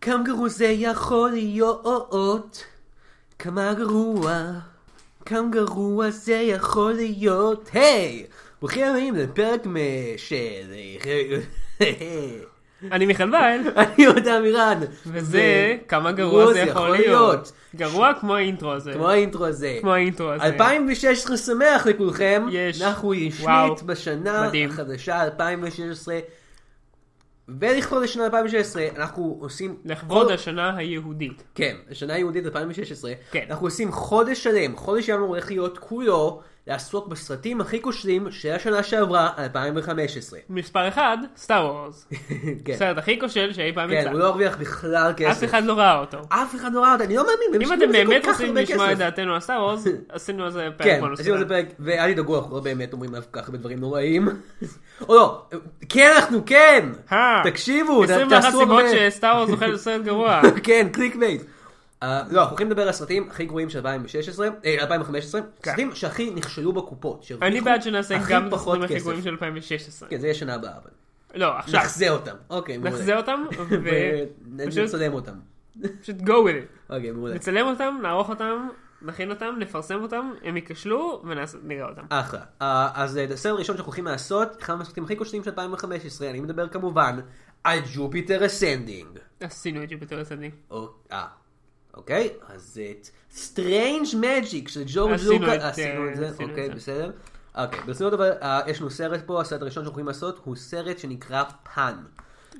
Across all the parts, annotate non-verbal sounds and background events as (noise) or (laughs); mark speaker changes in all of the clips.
Speaker 1: כמה גרוע זה יכול להיות, כמה גרוע, כמה גרוע זה יכול להיות. היי! ברוכים הבאים לפרק מ- של... (laughs)
Speaker 2: אני מיכל וייל,
Speaker 1: אני יהודה אמירן.
Speaker 2: וזה כמה גרוע זה יכול להיות. גרוע כמו האינטרו הזה.
Speaker 1: כמו האינטרו הזה.
Speaker 2: כמו האינטרו הזה.
Speaker 1: 2016 שמח לכולכם.
Speaker 2: יש.
Speaker 1: אנחנו רשמית
Speaker 2: וואו.
Speaker 1: בשנה
Speaker 2: מדהים.
Speaker 1: החדשה 2016. ולכבוד השנה 2016 אנחנו עושים...
Speaker 2: לכבוד
Speaker 1: כל-
Speaker 2: השנה היהודית.
Speaker 1: כן, השנה היהודית 2016.
Speaker 2: כן.
Speaker 1: אנחנו עושים חודש שלם, חודש שלנו הולך להיות כולו לעסוק בסרטים הכי כושלים של השנה שעברה, 2015.
Speaker 2: (laughs) מספר אחד, סטאר וורס.
Speaker 1: כן,
Speaker 2: הסרט הכי כושל שאי פעם
Speaker 1: כן,
Speaker 2: יצא.
Speaker 1: הוא לא הרוויח בכלל כסף.
Speaker 2: אף אחד לא ראה אותו.
Speaker 1: אף אחד לא ראה אותה, אני לא מאמין, הם
Speaker 2: אם
Speaker 1: השקיעו
Speaker 2: אתם
Speaker 1: בזה כל
Speaker 2: באמת
Speaker 1: כך
Speaker 2: רוצים
Speaker 1: הרבה
Speaker 2: לשמוע
Speaker 1: כסף.
Speaker 2: את דעתנו על סטאר
Speaker 1: (laughs)
Speaker 2: וורס, עשינו על זה פרק
Speaker 1: כן,
Speaker 2: בנושא.
Speaker 1: עשינו על זה פרק, ואל תדאגו, אנחנו לא באמת אומרים אף כך הרבה דברים נוראים. (laughs) או לא, כן אנחנו כן!
Speaker 2: אה,
Speaker 1: תקשיבו,
Speaker 2: 21
Speaker 1: תעשו
Speaker 2: סיבות
Speaker 1: הרבה-
Speaker 2: שסטאר וורס זוכה לסרט
Speaker 1: (laughs)
Speaker 2: גרוע. (laughs)
Speaker 1: כן, קליק בייט. אה, לא, אנחנו הולכים לדבר על הסרטים הכי גרועים של 2016, אה, 2015,
Speaker 2: כן.
Speaker 1: סרטים שהכי נכשלו בקופות. שהרוויחו
Speaker 2: אני בעד שנעשה
Speaker 1: הכי
Speaker 2: גם את
Speaker 1: פחות
Speaker 2: הסרטים הכי
Speaker 1: כסף.
Speaker 2: גרועים של 2016.
Speaker 1: כן, זה יהיה שנה הבאה, אבל.
Speaker 2: לא, עכשיו.
Speaker 1: נחזה אותם. אוקיי, מעולה. (laughs)
Speaker 2: נחזה אותם, ופשוט
Speaker 1: ונצלם אותם.
Speaker 2: פשוט go with it.
Speaker 1: אוקיי, מעולה.
Speaker 2: נצלם אותם, נערוך אותם, נכין אותם, נפרסם אותם, הם ייכשלו ונראה אותם.
Speaker 1: אחלה. אה, אז אה, הסרט הראשון שאנחנו הולכים לעשות, אחד מהסרטים הכי כושלים של 2015, אני מדבר כמובן על ג'ופיטר אסנדינג.
Speaker 2: עשינו את ג'ופיטר הסנדינג.
Speaker 1: או- אה, אוקיי, אז את סטרנג' מג'יק של ג'ו
Speaker 2: עשינו את,
Speaker 1: לוקה,
Speaker 2: אה,
Speaker 1: עשינו את זה,
Speaker 2: עשינו את
Speaker 1: אוקיי,
Speaker 2: זה.
Speaker 1: בסדר. אוקיי, ברצינות אבל, אה, יש לנו סרט פה, הסרט הראשון שאנחנו הולכים לעשות, הוא סרט שנקרא פאן.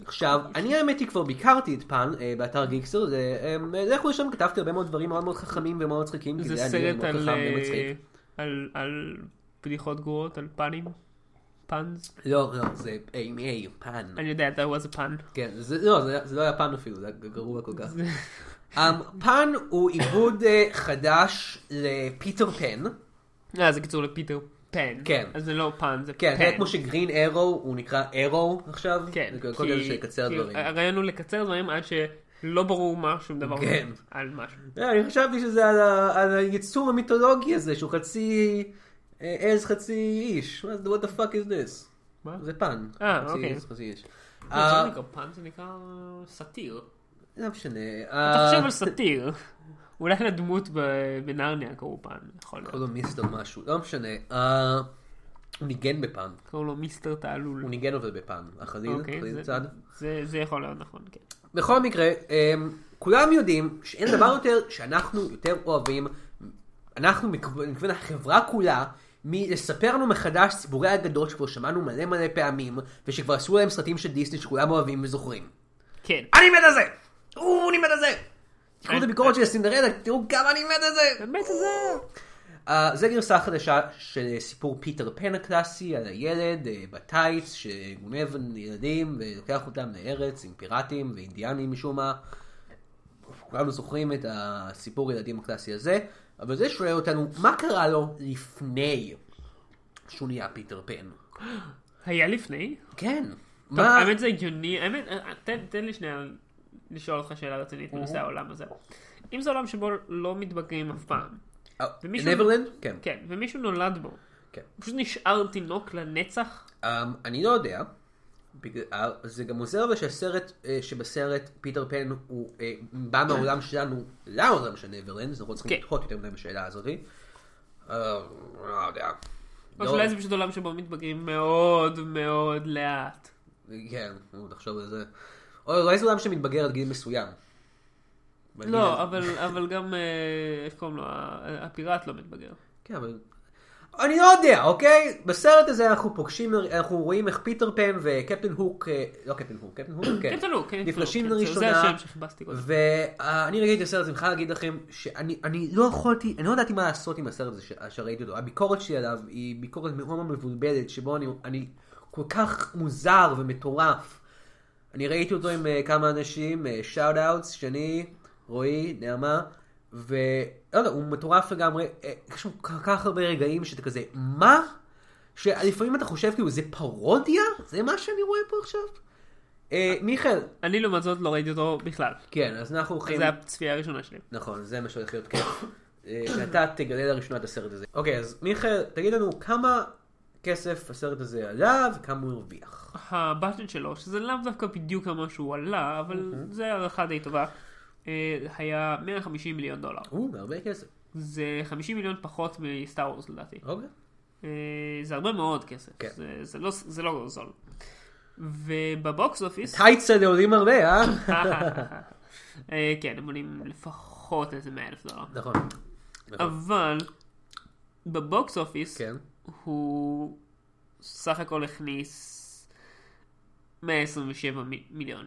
Speaker 1: עכשיו,
Speaker 2: אוקיי.
Speaker 1: אני האמת היא כבר ביקרתי את פאן אה, באתר גיקסטר, זה, אה, לכו לשם כתבתי הרבה מאוד דברים מאוד מאוד חכמים ומאוד מצחיקים, כי
Speaker 2: זה
Speaker 1: זה היה נראה
Speaker 2: סרט
Speaker 1: מאוד
Speaker 2: על,
Speaker 1: חכם
Speaker 2: אה,
Speaker 1: ומצחיק.
Speaker 2: על- על בדיחות גרועות, על פאנים. פאנס.
Speaker 1: לא, לא, זה AMA, פאן.
Speaker 2: אני יודע, that was a pun.
Speaker 1: כן, זה, לא, זה, זה לא היה פן אפילו, זה היה גרוע כל כך. um, פן הוא עיבוד אה, חדש לפיטר פן.
Speaker 2: אה, זה קיצור לפיטר פן.
Speaker 1: כן.
Speaker 2: אז זה לא פאן, זה
Speaker 1: כן, זה
Speaker 2: פן.
Speaker 1: כמו שגרין ארו הוא נקרא ארו עכשיו.
Speaker 2: כן,
Speaker 1: זה כל כזה שיקצר
Speaker 2: כי אה,
Speaker 1: דברים.
Speaker 2: הרעיון הוא לקצר דברים עד שלא ברור מה שום דבר
Speaker 1: כן.
Speaker 2: על משהו.
Speaker 1: אה, אני חשבתי שזה על, ה, על היצור המיתולוגי הזה שהוא חצי אה, עז חצי איש. מה זה, what the fuck is this?
Speaker 2: מה?
Speaker 1: זה פן.
Speaker 2: אה,
Speaker 1: חצי
Speaker 2: אוקיי.
Speaker 1: עז חצי איש.
Speaker 2: זה
Speaker 1: אה,
Speaker 2: לא נקרא פאן, זה נקרא סאטיר.
Speaker 1: לא משנה. אה,
Speaker 2: תחשוב על סאטיר. אולי לדמות ב- בנרניה קראו פאן, יכול להיות.
Speaker 1: קוראים לו מיסטר משהו, לא משנה. אה, הוא ניגן בפן.
Speaker 2: קראו לו מיסטר תעלול.
Speaker 1: הוא ניגן אבל בפן. החליל,
Speaker 2: אוקיי,
Speaker 1: החליל
Speaker 2: זה-
Speaker 1: צד.
Speaker 2: זה- זה יכול להיות נכון, כן.
Speaker 1: בכל מקרה, אמ, כולם יודעים שאין דבר יותר שאנחנו יותר אוהבים, אנחנו מכוון החברה כולה, מלספר לנו מחדש סיפורי אגדות שכבר שמענו מלא מלא פעמים, ושכבר עשו להם סרטים של דיסני שכולם אוהבים וזוכרים.
Speaker 2: כן.
Speaker 1: אני מת על זה! או, אני מת על זה! תקראו את הביקורת של סינדרלה, תראו כמה אני מת על זה!
Speaker 2: באמת זה...
Speaker 1: Uh, זה גרסה חדשה של סיפור פיטר פן הקלאסי על הילד uh, בטייץ שגונב ילדים ולוקח אותם לארץ עם פיראטים ואינדיאנים משום מה. כולנו זוכרים את הסיפור ילדים הקלאסי הזה, אבל זה שואל אותנו מה קרה לו לפני שהוא נהיה פיטר פן.
Speaker 2: היה לפני?
Speaker 1: כן.
Speaker 2: טוב,
Speaker 1: מה...
Speaker 2: האמת זה הגיוני, האמת, אה, תן- תן לי שנייה לשאול אותך שאלה רצינית בנושא העולם הזה. אם זה עולם שבו לא מתבגרים אף פעם,
Speaker 1: אה,
Speaker 2: ומישהו-
Speaker 1: נברלנד? כן.
Speaker 2: כן, ומישהו נולד בו,
Speaker 1: כן.
Speaker 2: הוא פשוט נשאר תינוק לנצח?
Speaker 1: Um, אני לא יודע. בגלל, אה, זה גם עוזר אבל שהסרט, אה, שבסרט פיטר פן הוא אה, בא מהעולם שלנו לעולם של נברלנד, אז אנחנו לא צריכים
Speaker 2: כן.
Speaker 1: לתהות יותר מדי בשאלה הזאת. אה, לא יודע.
Speaker 2: או
Speaker 1: לא-
Speaker 2: שאולי זה פשוט עולם שבו מתבגרים מאוד מאוד לאט.
Speaker 1: כן, נו, תחשוב על זה. או אולי זה עולם שמתבגר עד גיל מסוים.
Speaker 2: לא, אבל אבל גם, אה, איך קוראים לו, ה- הפיראט לא מתבגר.
Speaker 1: כן, אבל... אני לא יודע, אוקיי? בסרט הזה אנחנו פוגשים, אנחנו רואים איך פיטר פן וקפטן הוק, אה, לא קפטן הוק, קפטן הוק, כן.
Speaker 2: כן, תלו, כן, תלו,
Speaker 1: נפגשים
Speaker 2: כן, זה-
Speaker 1: לראשונה.
Speaker 2: זה השם שחיפשתי קודם.
Speaker 1: ואני ראיתי את הסרט הזה, אני חייב להגיד לכם שאני אני לא יכולתי, אני לא ידעתי מה לעשות עם הסרט הזה ש- שראיתי אותו. הביקורת שלי עליו היא ביקורת מאוד מבולבלת, שבו אני, אני כל כך מוזר ומטורף. אני ראיתי אותו עם אה, כמה אנשים, שאוט אאוטס, שני, רועי, נעמה, ולא יודע, הוא מטורף לגמרי. אה, יש שם כל כך הרבה רגעים שאתה כזה, מה? שלפעמים אתה חושב כאילו זה פרודיה? זה מה שאני רואה פה עכשיו? אה, מיכאל,
Speaker 2: אני לעומת זאת לא ראיתי אותו בכלל.
Speaker 1: כן, אז אנחנו הולכים...
Speaker 2: זו הצפייה הראשונה שלי.
Speaker 1: נכון, זה מה שהולך להיות כיף. אה, שאתה תגלה לראשונה את הסרט הזה. אוקיי, אז מיכאל, תגיד לנו כמה כסף הסרט הזה עלה וכמה הוא הרוויח.
Speaker 2: הבטן שלו, שזה לאו דווקא בדיוק כמה שהוא עלה, אבל
Speaker 1: אוקיי.
Speaker 2: זה הערכה די טובה, אה, היה 150 מיליון דולר.
Speaker 1: הוא, בהרבה כסף.
Speaker 2: זה 50 מיליון פחות מסטאר וורס לדעתי.
Speaker 1: אוקיי.
Speaker 2: אה, זה הרבה מאוד כסף.
Speaker 1: כן.
Speaker 2: זה, זה, לא, זה לא זול. ובבוקס אופיס...
Speaker 1: (laughs) טייטס האלה עולים הרבה, אה?
Speaker 2: אה, כן, הם עולים לפחות איזה 100 אלף דולר.
Speaker 1: נכון. נכון.
Speaker 2: אבל בבוקס אופיס
Speaker 1: כן.
Speaker 2: הוא סך הכל הכניס 127 מ- מיליון.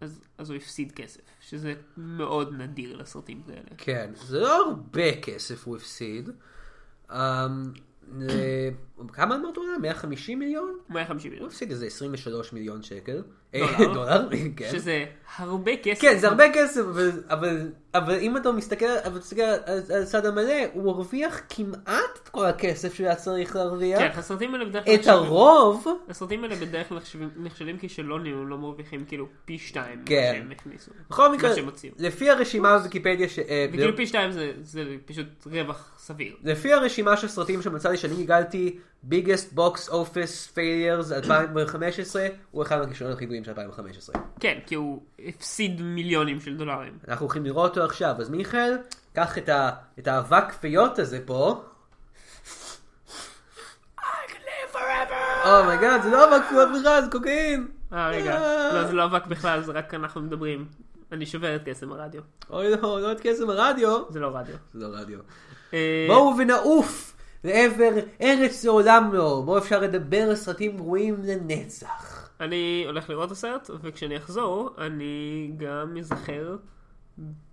Speaker 2: אז, אז הוא הפסיד כסף, שזה מאוד נדיר לסרטים כאלה.
Speaker 1: כן, זה לא הרבה כסף הוא הפסיד. אמ, זה- כמה אמרת עולה? 150 מיליון?
Speaker 2: 150
Speaker 1: הוא
Speaker 2: מיליון.
Speaker 1: הפסיד איזה 23 מיליון שקל. אה,
Speaker 2: דולר.
Speaker 1: דולר, כן.
Speaker 2: שזה הרבה כסף.
Speaker 1: כן, זה הרבה כסף, אבל, אבל, אבל אם אתה מסתכל, אבל תסתכל על, על הצד המלא, הוא הרוויח כמעט את כל הכסף שהוא היה צריך להרוויח.
Speaker 2: כן, הסרטים האלה בדרך
Speaker 1: את הרוב,
Speaker 2: הסרטים האלה בדרך כלל נחשבים- נכשלים כישלון אם הם לא מרוויחים כאילו פי שתיים ממה
Speaker 1: כן.
Speaker 2: שהם הכניסו.
Speaker 1: בכל מקרה,
Speaker 2: מה שהם הוציאו.
Speaker 1: לפי הרשימה בוויקיפדיה, ש... אה,
Speaker 2: וכאילו פי שתיים זה- זה פשוט רווח סביר.
Speaker 1: לפי הרשימה של סרטים שמצאתי שאני גיגלתי, biggest box office failures 2015, הוא אחד מהכישלונות הכי גדולים של 2015.
Speaker 2: כן, כי הוא הפסיד מיליונים של דולרים.
Speaker 1: אנחנו הולכים לראות אותו עכשיו, אז מיכאל, קח את, ה... את האבק כפיות הזה פה. אומייגאד, זה לא אבק כפיות בכלל, זה קוקאין.
Speaker 2: אה, רגע.
Speaker 1: אה.
Speaker 2: לא, זה לא אבק בכלל, זה רק אנחנו מדברים. אני שובר את קסם הרדיו.
Speaker 1: אוי לא, לא את קסם הרדיו.
Speaker 2: זה לא רדיו.
Speaker 1: זה לא רדיו.
Speaker 2: אה,
Speaker 1: בואו ונעוף לעבר ארץ לעולם לא, בו אפשר לדבר על סרטים גרועים לנצח.
Speaker 2: אני הולך לראות את הסרט, וכשאני אחזור, אני גם אזכר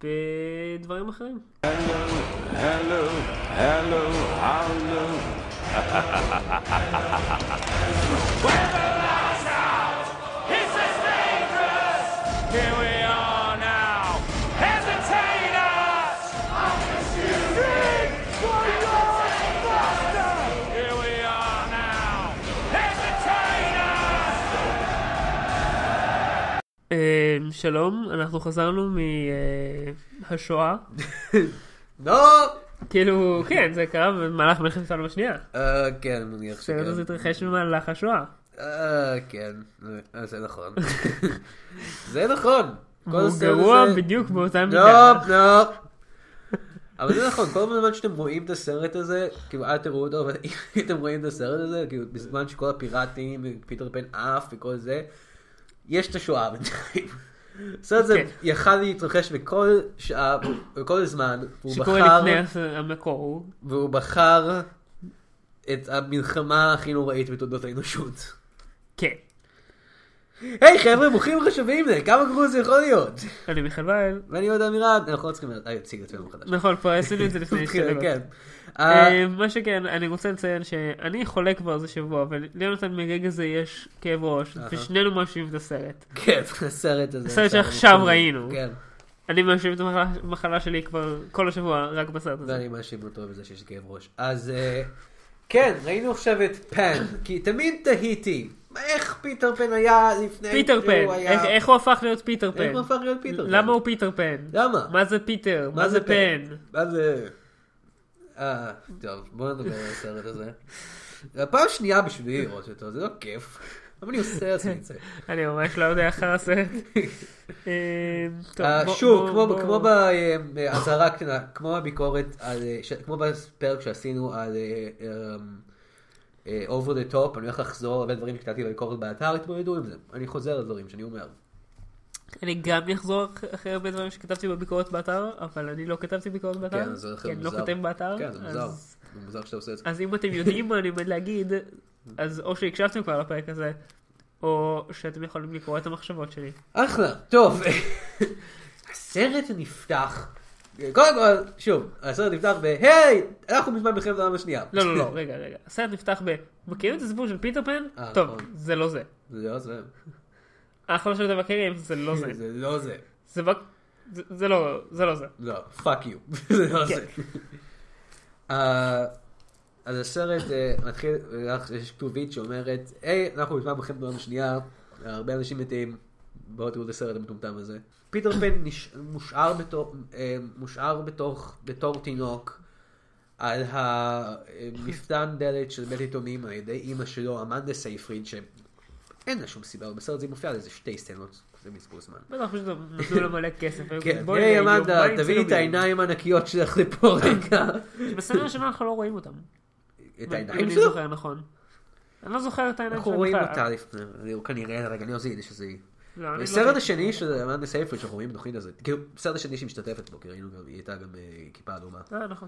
Speaker 2: בדברים אחרים.
Speaker 3: Hello, hello, hello.
Speaker 4: This is dangerous! Here we are now! Hesitate us! Here we are now! Hesitate us!
Speaker 2: אה, שלום, אנחנו חזרנו אה, מהשואה.
Speaker 1: לא!
Speaker 2: כאילו, כן, זה קרה במהלך מלחמת העולם השנייה.
Speaker 1: אה, כן, אני מניח
Speaker 2: הסרט הזה
Speaker 1: שכן.
Speaker 2: התרחש במהלך השואה.
Speaker 1: אה, כן. אה, זה נכון. (laughs) זה נכון. כל
Speaker 2: הוא
Speaker 1: הסרט
Speaker 2: גרוע
Speaker 1: הזה- לא,
Speaker 2: בדיוק באותה מידה.
Speaker 1: נופ, נופ. אבל זה נכון, כל הזמן שאתם רואים את הסרט הזה, כאילו אל תראו אותו, אבל אם אתם רואים את הסרט הזה, כאילו בזמן שכל הפיראטים, פיטר פן עף וכל זה, יש את השואה בינתיים. הסרט הזה
Speaker 2: כן.
Speaker 1: יכל להתרחש בכל שעה, בכל זמן, והוא
Speaker 2: שקורה
Speaker 1: בחר,
Speaker 2: לפני הס- המקור. הוא-
Speaker 1: והוא בחר את המלחמה הכי נוראית בתולדות האנושות.
Speaker 2: כן.
Speaker 1: היי חבר'ה, ברוכים וחשובים לזה, כמה גרוע זה יכול להיות?
Speaker 2: אני מיכל וייל.
Speaker 1: ואני עוד אמירה, אנחנו לא צריכים להציג את עצמנו מחדש.
Speaker 2: נכון, כבר עשינו את זה לפני שתי דקות.
Speaker 1: (laughs) כן.
Speaker 2: אוקיי, אה, מה שכן, אני רוצה לציין שאני חולה כבר איזה שבוע, אבל ליונתן מרגע זה יש כאב ראש, ושנינו מאשימים את הסרט.
Speaker 1: כן, (laughs) הסרט הזה.
Speaker 2: הסרט שעכשיו
Speaker 1: אני-
Speaker 2: ראינו.
Speaker 1: כן,
Speaker 2: אני מאשים את המחלה- המחלה שלי כבר כל השבוע, רק בסרט הזה.
Speaker 1: ואני מאשים אותו בזה שיש לי כאב ראש. אז אה, כן, ראינו עכשיו את פן, כי תמיד תהיתי, איך פיטר פן היה לפני
Speaker 2: פיטר
Speaker 1: שהוא
Speaker 2: פן,
Speaker 1: היה-
Speaker 2: איך- איך הוא הפך להיות פיטר פן?
Speaker 1: איך הוא הפך להיות פיטר פן? לא.
Speaker 2: למה הוא פיטר פן?
Speaker 1: למה?
Speaker 2: מה זה פיטר? מה זה פן?
Speaker 1: מה זה... אה, טוב, בוא נדבר על הסרט הזה. זה הפעם שנייה בשבילי לראות אותו, זה לא כיף. אבל אני עושה לעצמי את זה.
Speaker 2: אני ממש לא יודע אחר הסרט.
Speaker 1: (laughs)
Speaker 2: אה, טוב,
Speaker 1: אה,
Speaker 2: בוא-
Speaker 1: שוב,
Speaker 2: בוא-
Speaker 1: כמו-
Speaker 2: בוא-
Speaker 1: כמו באזהרה קטנה, כמו הביקורת, על, אה, ש- כמו בפרק שעשינו על אה, אה, אה, over the top, אני הולך לחזור הרבה דברים שכתבתי בביקורת באתר, התמודדו עם זה. אני חוזר על דברים שאני אומר.
Speaker 2: אני גם אחזור אח- אחרי הרבה דברים שכתבתי בביקורת באתר, אבל אני לא כתבתי ביקורת באתר.
Speaker 1: כן, זה הולך
Speaker 2: כי
Speaker 1: להיות
Speaker 2: אני
Speaker 1: מוזר.
Speaker 2: לא כותב באתר.
Speaker 1: כן, זה מוזר.
Speaker 2: אז-
Speaker 1: זה מוזר שאתה עושה את זה.
Speaker 2: אז אם אתם יודעים מה אני עומד להגיד, אז או שהקשבתם כבר לפרק הזה, או שאתם יכולים לקרוא את המחשבות שלי.
Speaker 1: אחלה, טוב. (laughs) הסרט נפתח. קודם כל, שוב, הסרט נפתח ב-היי, אנחנו מזמן מלחמת העולם השנייה. (laughs)
Speaker 2: לא, לא, לא, רגע, רגע. הסרט נפתח ב... מכירים את הסיפור של פיטר פן?
Speaker 1: אה,
Speaker 2: טוב,
Speaker 1: נכון.
Speaker 2: זה לא זה.
Speaker 1: זה לא זה.
Speaker 2: האחרון שאתם מכירים, זה לא
Speaker 1: (laughs)
Speaker 2: זה.
Speaker 1: זה לא זה.
Speaker 2: זה בק- זה- זה לא, זה לא זה.
Speaker 1: לא, פאק יו. (laughs) זה לא
Speaker 2: כן.
Speaker 1: זה. אה, אז הסרט אה, מתחיל, אה, יש כתובית שאומרת, היי, אנחנו בזמן מלחמת העולם השנייה, הרבה אנשים מתים, בואו תראו את הסרט המטומטם הזה. פיטר פן נש- מושאר בתור- אה, מושאר בתוך- בתור תינוק. על המפתן דלת של בית עיתונים על ידי אימא שלו, אמנדה סייפריד, שאין לה שום סיבה, אבל בסרט זה מופיע על איזה שתי סצנות, זה מזבוז זמן.
Speaker 2: בטח פשוט נתנו לו מלא כסף.
Speaker 1: כן,
Speaker 2: בואי,
Speaker 1: היי
Speaker 2: יום,
Speaker 1: אמנדה,
Speaker 2: בואי
Speaker 1: תביאי את
Speaker 2: צילומים.
Speaker 1: העיניים הענקיות שלך
Speaker 2: (laughs)
Speaker 1: לפה רגע.
Speaker 2: בסצנה הראשונה אנחנו לא רואים אותם.
Speaker 1: את
Speaker 2: אם
Speaker 1: העיניים
Speaker 2: אני
Speaker 1: שלו?
Speaker 2: זוכר נכון. אני לא זוכר את העיניים
Speaker 1: אנחנו
Speaker 2: שלהם
Speaker 1: רואים
Speaker 2: בכלל.
Speaker 1: אותה לפני, הוא כנראה, רגע, אני עושה יידיש שזה היא.
Speaker 2: לא, אני לא
Speaker 1: הסרט
Speaker 2: ראיתי.
Speaker 1: השני של אמנדה סייפריד שאנחנו רואים בתוכנית הזאת, כאילו, הסרט השני שהיא משתתפת בו, כי ראינו גם, היא הייתה גם אה, כיפה אדומה.
Speaker 2: אה, נכון.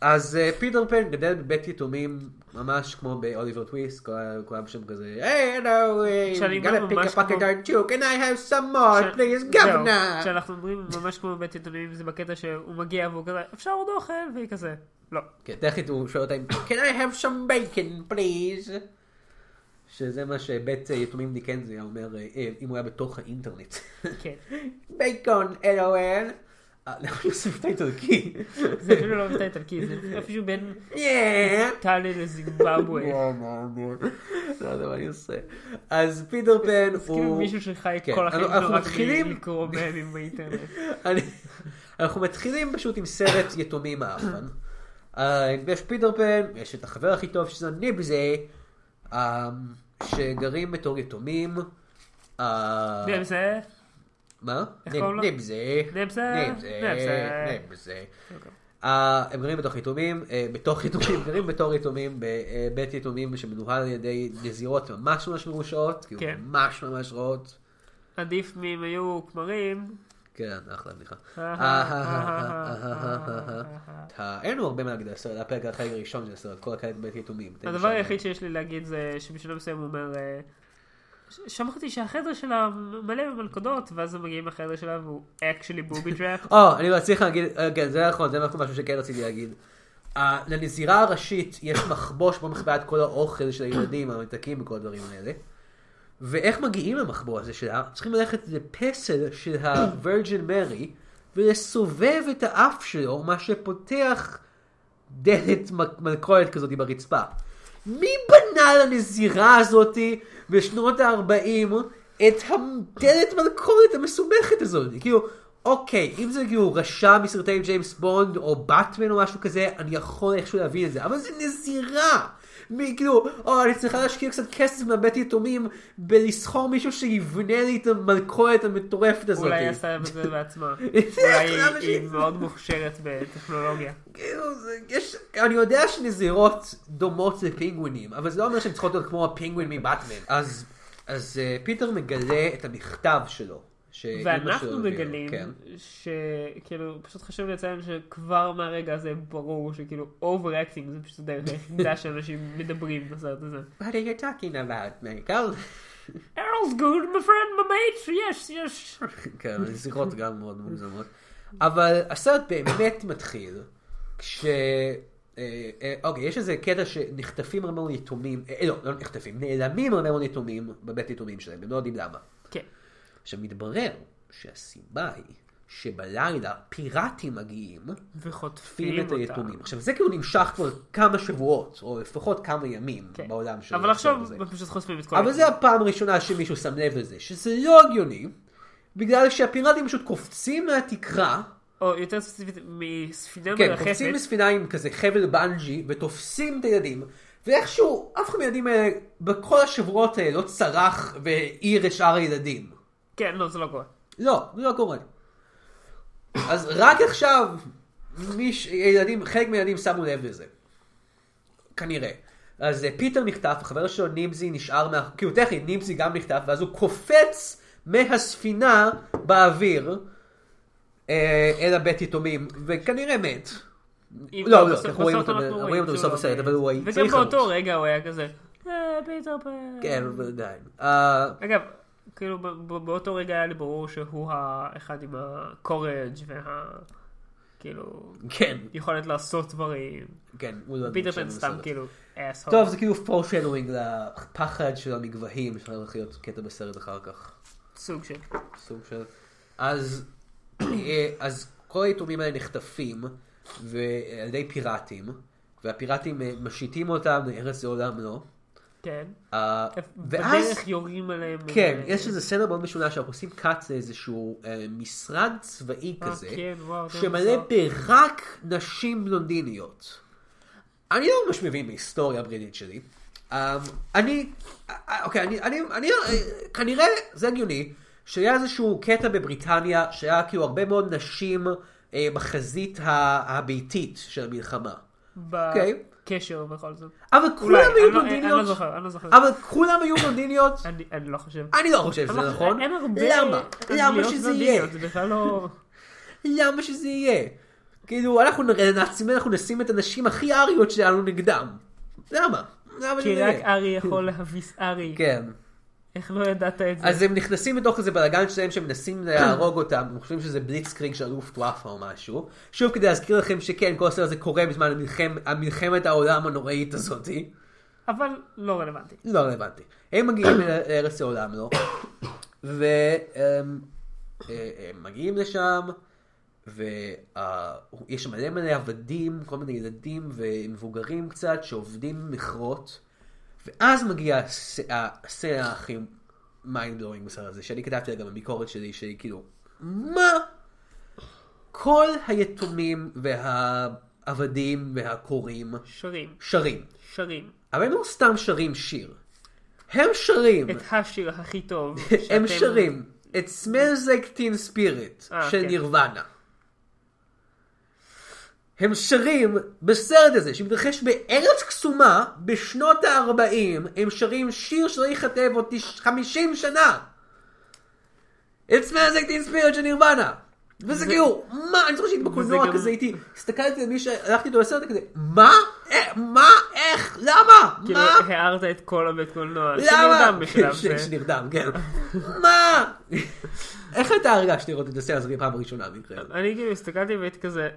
Speaker 1: אז אה, פיטר פן גדל בבית יתומים, ממש כמו באוליבר טוויסט, כל- כולם שם כזה, היי, הלו,
Speaker 2: שאני אומר
Speaker 1: gotta pick
Speaker 2: ממש
Speaker 1: a pocket
Speaker 2: כמו-
Speaker 1: darn joke, and I have some more,
Speaker 2: ש-
Speaker 1: please,
Speaker 2: זהו,
Speaker 1: governor.
Speaker 2: כשאנחנו אומרים ממש כמו בית עיתונים זה בקטע שהוא מגיע והוא כזה אפשר עוד אוכל והיא כזה לא.
Speaker 1: כן, טכנית הוא שואל אותה, אם, can I have some bacon, please? שזה מה שבית אה, יתומים דיקנזי היה אומר, אה, אה, אם הוא היה בתוך האינטרנט.
Speaker 2: כן.
Speaker 1: בייקון, LOL. אה, למה הוא מוסיף את האיטלקי?
Speaker 2: זה אפילו לא מבטא איטלקי זה אפילו בין
Speaker 1: Yeah.
Speaker 2: טלי לזימבבואה.
Speaker 1: לא, לא, לא. לא יודע מה אני עושה. אז פיטר פן
Speaker 2: זה כאילו
Speaker 1: הוא...
Speaker 2: מישהו שחי
Speaker 1: כן,
Speaker 2: כל החיים
Speaker 1: אנחנו- אנחנו
Speaker 2: שלו רק
Speaker 1: מתחילים-
Speaker 2: לקרוא ממים באינטרנט.
Speaker 1: אני- אנחנו מתחילים פשוט עם סרט יתומים האחרון. אה, יש פיטר פן, יש את החבר הכי טוב שזה ניבזה, אה, שגרים בתור יתומים. אה,
Speaker 2: גם זה?
Speaker 1: מה?
Speaker 2: איך קוראים לו?
Speaker 1: ניבזה.
Speaker 2: ניבזה,
Speaker 1: ניבזה.
Speaker 2: ניבזה.
Speaker 1: ניבזה. אה, הם גרים בתוך יתומים, אה, בתוך יתומים, גרים בתור יתומים, בבית יתומים שמנוהל על ידי נזירות ממש ממש מרושעות, כאילו
Speaker 2: כן.
Speaker 1: ממש ממש רעות.
Speaker 2: עדיף מאם היו כמרים.
Speaker 1: כן, אחלה בדיחה.
Speaker 2: הדבר
Speaker 1: אה, אין לנו הרבה מה להגיד על הסרט, הפרק החלק הראשון של הסרט, כל הקלט בית יתומים.
Speaker 2: היחיד שיש לי להגיד זה שבשלב מסוים הוא אומר, אה, "ש- שמעתי שהחדר שלה מלא במלכודות, ואז הם מגיעים לחדר שלה והוא אקשלי בובי טראפ.
Speaker 1: או, אני מצליח להגיד, אה, כן, זה נכון, זה נכון משהו שכן רציתי להגיד. אה, לנזירה הראשית יש מחבוא שבו מחבאה את כל האוכל של הילדים, הממתקים וכל הדברים האלה. ואיך מגיעים למחבוא הזה שלה? צריכים ללכת לפסל של הווירג'ן מרי ולסובב את האף שלו, מה שפותח דלת מ- מלכודת כזאת ברצפה. מי בנה לנזירה הזאתי בשנות ה-40 את הדלת מלכודת המסובכת הזאת? כאילו, אוקיי, אם זה כאילו רשע מסרטי ג'יימס בונד או באטמן או משהו כזה, אני יכול איכשהו להבין את זה, אבל זה נזירה! מי כאילו, או אני צריכה להשקיע קצת כסף מהבית יתומים בלסחור מישהו שיבנה לי את המלכודת המטורפת הזאת.
Speaker 2: אולי היא עשה את
Speaker 1: (laughs)
Speaker 2: זה בעצמה.
Speaker 1: זה
Speaker 2: אולי
Speaker 1: החלב
Speaker 2: היא- היא
Speaker 1: שלי.
Speaker 2: מאוד מוכשרת בטכנולוגיה.
Speaker 1: כאילו, זה- יש, אני יודע שנזירות דומות לפינגווינים, אבל זה לא אומר שהן צריכות להיות כמו הפינגווין מבטמן. אז, אז אה, פיטר מגלה את המכתב שלו. שאימא שלו
Speaker 2: ואנחנו
Speaker 1: הביאה לו,
Speaker 2: מגלים
Speaker 1: כן.
Speaker 2: שכאילו, פשוט חשוב לציין שכבר מהרגע הזה ברור שכאילו overacting זה פשוט הדרך
Speaker 1: (laughs)
Speaker 2: היחידה שאנשים מדברים בסרט הזה.
Speaker 1: What are you talking about, מייקל?
Speaker 2: Errol's good, my friend, my mate, yes, yes.
Speaker 1: כן, נזירות גם מאוד מוגזמות. אבל הסרט באמת מתחיל כש... אה, אה, אוקיי, יש איזה קטע שנחטפים הרבה מאוד יתומים, אה, לא, לא נחטפים, נעלמים הרבה מאוד יתומים בבית יתומים שלהם, הם לא יודעים למה.
Speaker 2: כן,
Speaker 1: עכשיו מתברר שהסיבה היא שבלילה פיראטים מגיעים,
Speaker 2: וחוטפים
Speaker 1: פילים את
Speaker 2: אותה.
Speaker 1: היתומים. עכשיו זה כאילו נמשך כבר כמה שבועות, או לפחות כמה ימים
Speaker 2: כן.
Speaker 1: בעולם של
Speaker 2: אבל
Speaker 1: הסרט
Speaker 2: עכשיו
Speaker 1: הזה.
Speaker 2: הם פשוט חושפים את כל
Speaker 1: אבל
Speaker 2: היתומים.
Speaker 1: זה הפעם הראשונה שמישהו שם לב לזה, שזה לא הגיוני, בגלל שהפיראטים פשוט קופצים מהתקרה,
Speaker 2: או יותר ספציפית, מספינה
Speaker 1: כן,
Speaker 2: מרחפת.
Speaker 1: קופצים מספינה עם כזה חבל בנג'י, ותופסים את הילדים, ואיכשהו אף אחד מהילדים האלה, בכל השבועות האלה, לא צרח והעיר את שאר הילדים.
Speaker 2: כן, לא, זה לא קורה.
Speaker 1: לא, זה לא קורה. אז רק עכשיו, מיש, ילדים, חלק מהילדים שמו לב לזה. כנראה. אז אה, פיטר נחטף, החבר שלו נימזי נשאר, מה... כאילו טכנית נימזי גם נחטף, ואז הוא קופץ מהספינה באוויר אה, אל הבית יתומים, וכנראה מת.
Speaker 2: אם-
Speaker 1: לא, לא,
Speaker 2: בסוף-
Speaker 1: אנחנו רואים
Speaker 2: בסוף
Speaker 1: אותו ב-
Speaker 2: אנחנו
Speaker 1: רואים
Speaker 2: רואים
Speaker 1: אותו
Speaker 2: שהוא
Speaker 1: בסוף
Speaker 2: לא
Speaker 1: הסרט,
Speaker 2: מת.
Speaker 1: אבל הוא היה
Speaker 2: וגם
Speaker 1: צריך למות.
Speaker 2: באותו רגע הוא היה כזה, אה, פיטר פן.
Speaker 1: כן, אבל עדיין. אה,
Speaker 2: אגב, כאילו ב- ב- באותו רגע היה לי ברור שהוא האחד עם ה-courage וה... כאילו...
Speaker 1: כן,
Speaker 2: יכולת לעשות דברים.
Speaker 1: כן. הוא לא
Speaker 2: פיטר
Speaker 1: נחשב
Speaker 2: פן סתם
Speaker 1: בסרט.
Speaker 2: כאילו אסהוב.
Speaker 1: טוב, זה כאילו פורשדווינג לפחד של המגבהים, שאתה הולך להיות קטע בסרט אחר כך.
Speaker 2: סוג של.
Speaker 1: סוג של... אז, אה, אז כל היתומים האלה נחטפים ו- על ידי פיראטים, והפיראטים אה, משיתים אותם לארץ לעולם לא.
Speaker 2: כן.
Speaker 1: אה, ואז,
Speaker 2: בדרך יורים עליהם.
Speaker 1: כן,
Speaker 2: אה,
Speaker 1: יש איזה סצנה מאוד משונה שאנחנו עושים קאט לאיזשהו אה, משרד צבאי
Speaker 2: אה,
Speaker 1: כזה,
Speaker 2: כן, וואו, זה
Speaker 1: שמלא
Speaker 2: מוזר.
Speaker 1: ברק נשים בלונדיניות. אני לא ממש מבין בהיסטוריה הבריטית שלי. אמ, אני, אה, אה, אוקיי, אני, אני, אני, אה, כנראה זה הגיוני, שהיה איזשהו קטע בבריטניה שהיה כאילו הרבה מאוד נשים אה, בחזית ה- הביתית של המלחמה. אוקיי.
Speaker 2: בקשר בכל זאת.
Speaker 1: אבל
Speaker 2: אולי,
Speaker 1: כולם היו
Speaker 2: אני לא- אני לא
Speaker 1: בלונדיניות,
Speaker 2: זוכר, אני לא זוכר.
Speaker 1: אבל כולם היו בלונדיניות.
Speaker 2: אני אני לא חושב.
Speaker 1: אני לא חושב שזה
Speaker 2: אבל
Speaker 1: נכון.
Speaker 2: אין הרבה...
Speaker 1: למה? למה
Speaker 2: אנגליות
Speaker 1: שזה יהיה?
Speaker 2: בלונדיניות, זה בכלל לא...
Speaker 1: למה שזה יהיה? כאילו, אנחנו נראה לנאצים, אנחנו נשים את הנשים הכי אריות שלנו נגדם. למה? למה שזה
Speaker 2: כי רק
Speaker 1: יהיה?
Speaker 2: ארי יכול להביס ארי.
Speaker 1: כן.
Speaker 2: איך לא ידעת את זה?
Speaker 1: אז הם נכנסים לתוך איזה בלאגן שלהם שמנסים להרוג אותם, הם חושבים שזה בליצקריג של לופטואפה או משהו. שוב כדי להזכיר לכם שכן, כל הסרט הזה קורה בזמן המלחמ- המלחמת העולם הנוראית הזאתי.
Speaker 2: אבל לא רלוונטי.
Speaker 1: לא רלוונטי. הם מגיעים (coughs) אל- לארץ העולם, לא? והם אה, מגיעים לשם, ויש שם מלא מלא עבדים, כל מיני ילדים ומבוגרים קצת, שעובדים במכרות, ואז מגיעה הסצנה הכי mind blowing בסרט הזה, שאני כתבתי לה גם בביקורת שלי, שהיא כאילו, מה? כל היתומים והעבדים והקוראים
Speaker 2: שרים,
Speaker 1: שרים.
Speaker 2: שרים.
Speaker 1: אבל הם לא סתם שרים שיר. הם שרים,
Speaker 2: את השיר הכי
Speaker 1: (laughs)
Speaker 2: טוב.
Speaker 1: הם
Speaker 2: שאתם-
Speaker 1: שרים את Smells Like Teen Spirit
Speaker 2: אה,
Speaker 1: של
Speaker 2: כן.
Speaker 1: נירוונה. הם שרים בסרט הזה שמתרחש בארץ קסומה בשנות ה-40, הם שרים שיר שלא ייכתב עוד תש- 50 שנה. את Smells Like Teen Spirit של נירוונה. וזה כאילו, מה, אני זוכר שהייתי
Speaker 2: גם-
Speaker 1: בקולנוע כזה הייתי, הסתכלתי על מי שהלכתי איתו לסרט כזה, מה? אה, מה? איך? למה?
Speaker 2: כאילו,
Speaker 1: מה?
Speaker 2: הערת את כל הבית קולנוע.
Speaker 1: למה?
Speaker 2: שנרדם בשלב
Speaker 1: (laughs) ש-
Speaker 2: זה.
Speaker 1: שנרדם, כן. מה? איך אתה הרגשת לראות את הסרט הזה בפעם הראשונה במקרה? הזה?
Speaker 2: אני כאילו הסתכלתי והייתי כזה,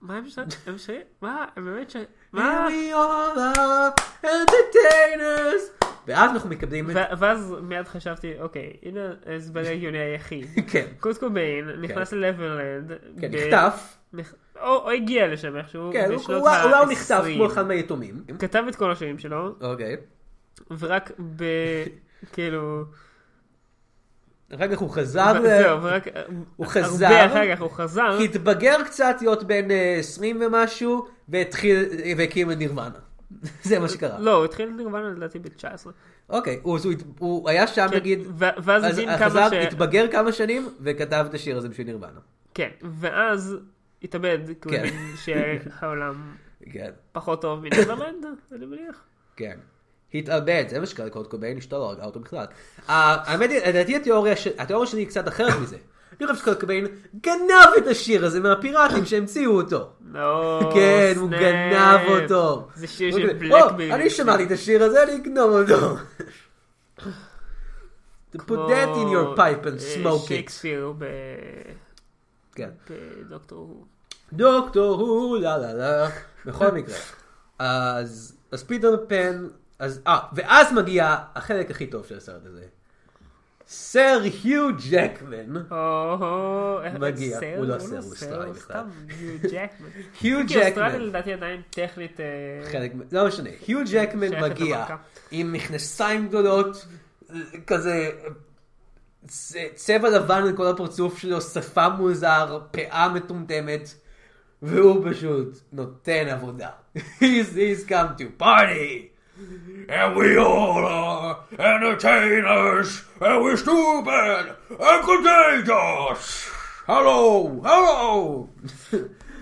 Speaker 2: מה הם שרים? הם שרים? מה? הם באמת שרים? מה?
Speaker 1: Here we all are entertainers. ואז אנחנו מקבלים את...
Speaker 2: ו- ואז מיד חשבתי, אוקיי, הנה ההסבר הגיוני
Speaker 1: (laughs)
Speaker 2: היחיד.
Speaker 1: כן.
Speaker 2: קוט קוביין נכנס ללברלנד.
Speaker 1: כן,
Speaker 2: ב-
Speaker 1: נחטף.
Speaker 2: נכ- או או הגיע לשם איכשהו.
Speaker 1: כן, הוא-
Speaker 2: בשנות
Speaker 1: הוא אולי הוא נחטף
Speaker 2: ה-עשרים.
Speaker 1: כמו אחד מהיתומים.
Speaker 2: כתב את כל השירים שלו,
Speaker 1: אוקיי.
Speaker 2: ורק ב...
Speaker 1: (laughs)
Speaker 2: כאילו...
Speaker 1: אחר כך הוא חזר,
Speaker 2: ו-
Speaker 1: ל-
Speaker 2: (laughs) זהו, ורק...
Speaker 1: הוא חזר.
Speaker 2: הרבה אחר כך הוא חזר.
Speaker 1: התבגר קצת להיות בן אה, 20 ומשהו, והתחיל, והקים את נירוונה. (laughs) זה מה שקרה.
Speaker 2: לא, הוא התחיל לנרמל לדעתי ב-19.
Speaker 1: אוקיי, הוא- הוא הת- הוא היה שם
Speaker 2: כן,
Speaker 1: נגיד,
Speaker 2: ואז
Speaker 1: אז
Speaker 2: הבין כמה
Speaker 1: חזר,
Speaker 2: ש...
Speaker 1: התבגר כמה שנים, וכתב את השיר הזה בשביל נירוונה.
Speaker 2: כן, ואז התאבד, כי הוא
Speaker 1: כן.
Speaker 2: הבין שהעולם
Speaker 1: כן,
Speaker 2: פחות טוב מנרמלנד, אני מניח.
Speaker 1: כן. התאבד, זה מה שקרה לקוד קוביין, אשתו לא הרגה אותו בכלל. אה, האמת היא, לדעתי התיאוריה, ש- התיאוריה שלי היא קצת
Speaker 2: (coughs)
Speaker 1: אחרת מזה. אני חושב שקוד קוביין גנב את השיר הזה מהפיראטים שהמציאו אותו.
Speaker 2: לא,
Speaker 1: כן, הוא
Speaker 2: סנאפ.
Speaker 1: גנב אותו.
Speaker 2: זה שיר
Speaker 1: הוא
Speaker 2: של
Speaker 1: כזה,
Speaker 2: בלקביל.
Speaker 1: "או, אני שמעתי את השיר הזה, אני אגנוב
Speaker 2: (coughs)
Speaker 1: אותו. To put that in your pipe and smoke it.
Speaker 2: אה, שייקספיר ב...
Speaker 1: כן.
Speaker 2: בדוקטור הוא.
Speaker 1: דוקטור הוא, לה לה לה, בכל מקרה. אז, אז פיטר פן, אז, אה, ואז מגיע החלק הכי טוב של הסרט הזה. סר היו ג'קמן,
Speaker 2: או-הו, איך-
Speaker 1: מגיע.
Speaker 2: סר?
Speaker 1: הוא לא סר,
Speaker 2: לא
Speaker 1: הוא אוסטרלי
Speaker 2: הוא
Speaker 1: בכלל.
Speaker 2: סתם יו ג'קמן.
Speaker 1: (laughs) היו
Speaker 2: כי אוסטרליה
Speaker 1: ג'קמן,
Speaker 2: לדעתי עדיין טכנית... אה,
Speaker 1: חלק, מ- לא משנה, היו ג'קמן
Speaker 2: שייכת
Speaker 1: מגיע
Speaker 2: למלכה.
Speaker 1: עם מכנסיים גדולות, כזה צ- צבע לבן על כל הפרצוף שלו, שפה מוזר, פאה מטומטמת, והוא פשוט נותן עבודה. (laughs) he's, he's come to party!
Speaker 4: And we all are entertainers, and we're stupid and contagious.
Speaker 1: הלו, הלו!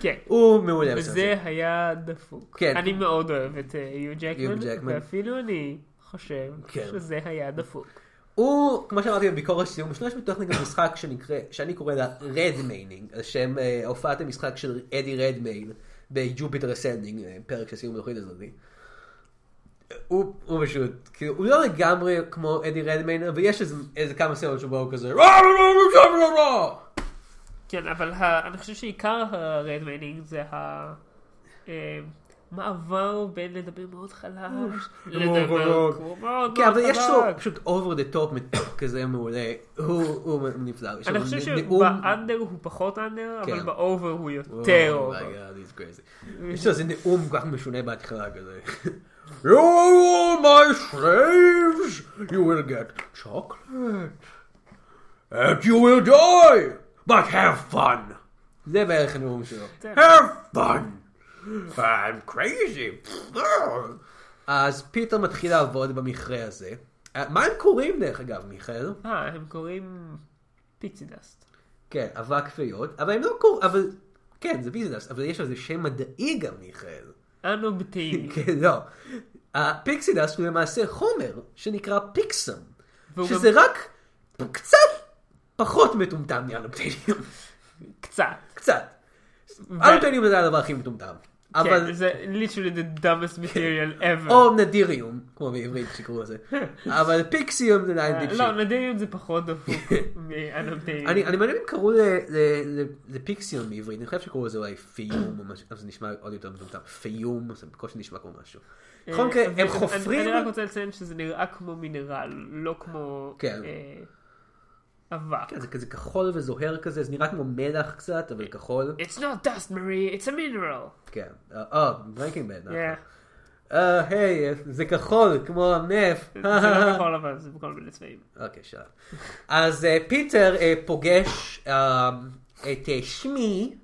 Speaker 2: כן.
Speaker 1: (laughs) הוא מעולה בסרט הזה.
Speaker 2: זה היה דפוק.
Speaker 1: כן.
Speaker 2: אני מאוד אוהב את אה, יו ג'קמן,
Speaker 1: ג'קמן.
Speaker 2: ואפילו אני חושב
Speaker 1: כן.
Speaker 2: שזה היה דפוק.
Speaker 1: הוא, כמו שאמרתי בביקורת שלי, הוא משתמש בטכניקת משחק שנקרא, שאני קורא לה רדמיינינג, על שם אה, הופעת המשחק של אדי רדמיין בג'ופיטר אסנדינג, אה, פרק שעשינו בתוכנית הזאת. הוא, הוא פשוט, כאילו, הוא לא לגמרי כמו אדי רדמיין, אבל יש איזה, איזה כמה סרט שבו הוא כזה, "אה, לא, לא, לא, לא, לא, לא."
Speaker 2: כן, אבל ה- אני חושב שעיקר הרדמיינינג זה ה- אה, מעבר בין לדבר מאוד חלש, לדבר
Speaker 1: מונולוג.
Speaker 2: כמו מאוד
Speaker 1: כן,
Speaker 2: מאוד
Speaker 1: אבל יש לו
Speaker 2: חלש.
Speaker 1: פשוט over the top (coughs) כזה מעולה, הוא, הוא נפלא. יש
Speaker 2: אני
Speaker 1: לו
Speaker 2: חושב
Speaker 1: נאום-
Speaker 2: שבאנדר הוא פחות אנדר, אבל
Speaker 1: כן.
Speaker 2: באובר הוא יותר
Speaker 1: Oh
Speaker 2: אובר.
Speaker 1: my God, he's crazy. יש לו איזה נאום כל כך משונה בהתחלה כזה. You are all my slaves, you will get chocolate, and you will die, but have fun. זה בערך הנאום שלו. have fun,
Speaker 4: I'm crazy.
Speaker 1: אז פיטר מתחיל לעבוד במכרה הזה. אה, מה הם קוראים דרך אגב, מיכאל?
Speaker 2: אה, הם קוראים פיצי דאסט.
Speaker 1: כן, אבק פיות, אבל הם לא קוראים, אבל... כן, זה ביזנס, אבל יש לזה שם מדעי גם, מיכאל.
Speaker 2: אנו בטעים.
Speaker 1: כן, לא. הפיקסידס הוא למעשה חומר שנקרא פיקסם,
Speaker 2: והוא
Speaker 1: שזה רק קצת פחות מטומטם מאלופטיניום.
Speaker 2: קצת.
Speaker 1: (laughs) קצת. אלופטיניום זה הדבר הכי מטומטם. אבל... כן. Oh,
Speaker 2: כן, זה literally the dumbest material ever.
Speaker 1: או נדיריום, כמו בעברית שקראו
Speaker 2: (laughs)
Speaker 1: לזה. אבל פיקסיום זה עדיין דיפ שיט.
Speaker 2: לא, נדירים זה פחות דפוק
Speaker 1: (laughs)
Speaker 2: מאנופטינים.
Speaker 1: אני אני מעניין אם קראו ל- ל- ל- לפיקסיום בעברית, אני חושב שקראו לזה אולי פיום, או משהו, אבל זה נשמע עוד יותר מטומטם. פיום, זה בקושי נשמע כמו משהו. בכל מקרה, הם חופרים...
Speaker 2: אה, אני רק רוצה לציין שזה נראה כמו מינרל, לא כמו
Speaker 1: כן.
Speaker 2: אה, אבק.
Speaker 1: כן, זה כזה כחול וזוהר כזה, זה נראה כמו מלח קצת, אבל כחול.
Speaker 2: It's not dust, Marie, it's a mineral.
Speaker 1: כן. אה, אה, ברייקינג בד.
Speaker 2: Yeah.
Speaker 1: אה, היי, זה כחול, כמו הנפט.
Speaker 2: (laughs) זה לא בכל אבל, זה בכל מיני צבעים.
Speaker 1: אוקיי, שלום. אז אה, פיטר אה, פוגש אה, את אה, שמי,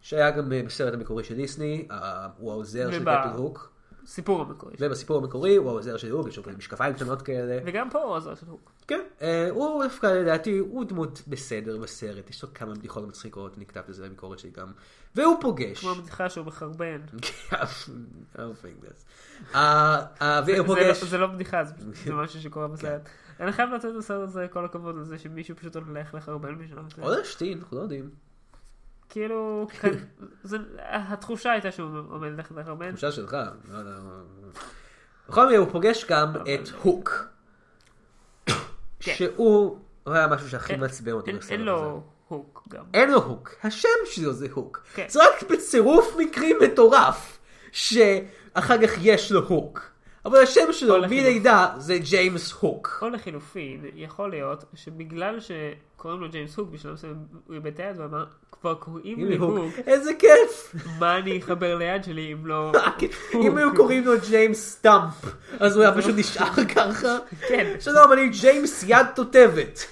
Speaker 1: שהיה גם אה, בסרט המקורי של דיסני, אה, הוא העוזר של
Speaker 2: וב-
Speaker 1: קפטן הוק.
Speaker 2: סיפור המקורי.
Speaker 1: ובסיפור המקורי הוא העוזר של הוק, יש לו כזה משקפיים קטנות כאלה.
Speaker 2: וגם פה הוא עוזר של הוק.
Speaker 1: כן, אה, הוא דווקא לדעתי, הוא דמות בסדר בסרט, יש לו כמה בדיחות מצחיקות, אני כתבתי לזה בביקורת שלי גם. והוא פוגש.
Speaker 2: כמו הבדיחה שהוא מחרבן.
Speaker 1: I don't think that's- אה, אה, והוא
Speaker 2: זה לא-
Speaker 1: פוגש... כן.
Speaker 2: זה לא בדיחה, זה פשוט- זה משהו שקורה בסרט. אני חייב לתת לסרט הזה כל הכבוד על זה שמישהו פשוט הולך לחרבן בשלב הזה.
Speaker 1: או להשתין, אנחנו לא יודעים. (laughs)
Speaker 2: כאילו, כ- זה- התחושה הייתה שהוא עומד ללכת לחרבן.
Speaker 1: תחושה שלך. לא יודע. בכל מקרה, הוא פוגש גם את הוק.
Speaker 2: כן.
Speaker 1: שהוא, הוא היה משהו שהכי מעצבן אותי
Speaker 2: אין-
Speaker 1: בסרט
Speaker 2: אה, אין
Speaker 1: הזה.
Speaker 2: לו הוק גם.
Speaker 1: אין לו הוק, השם שלו זה הוק.
Speaker 2: כן.
Speaker 1: זה רק בצירוף מקרים מטורף, שאחר כך יש לו הוק. אבל השם שלו
Speaker 2: כל החינוך.
Speaker 1: מלידה זה ג'יימס הוק.
Speaker 2: או לחילופין, יכול להיות שבגלל שקוראים לו ג'יימס הוק, בשלב מסוים הוא איבד את היד ואמר, כבר קוראים לי הוק,
Speaker 1: איזה כיף!
Speaker 2: מה אני אחבר ליד שלי
Speaker 1: (laughs)
Speaker 2: אם לא...
Speaker 1: אם היו קוראים לו ג'יימס סטאמפ, אז הוא היה פשוט נשאר ככה.
Speaker 2: כן.
Speaker 1: שלום, אני ג'יימס יד תותבת.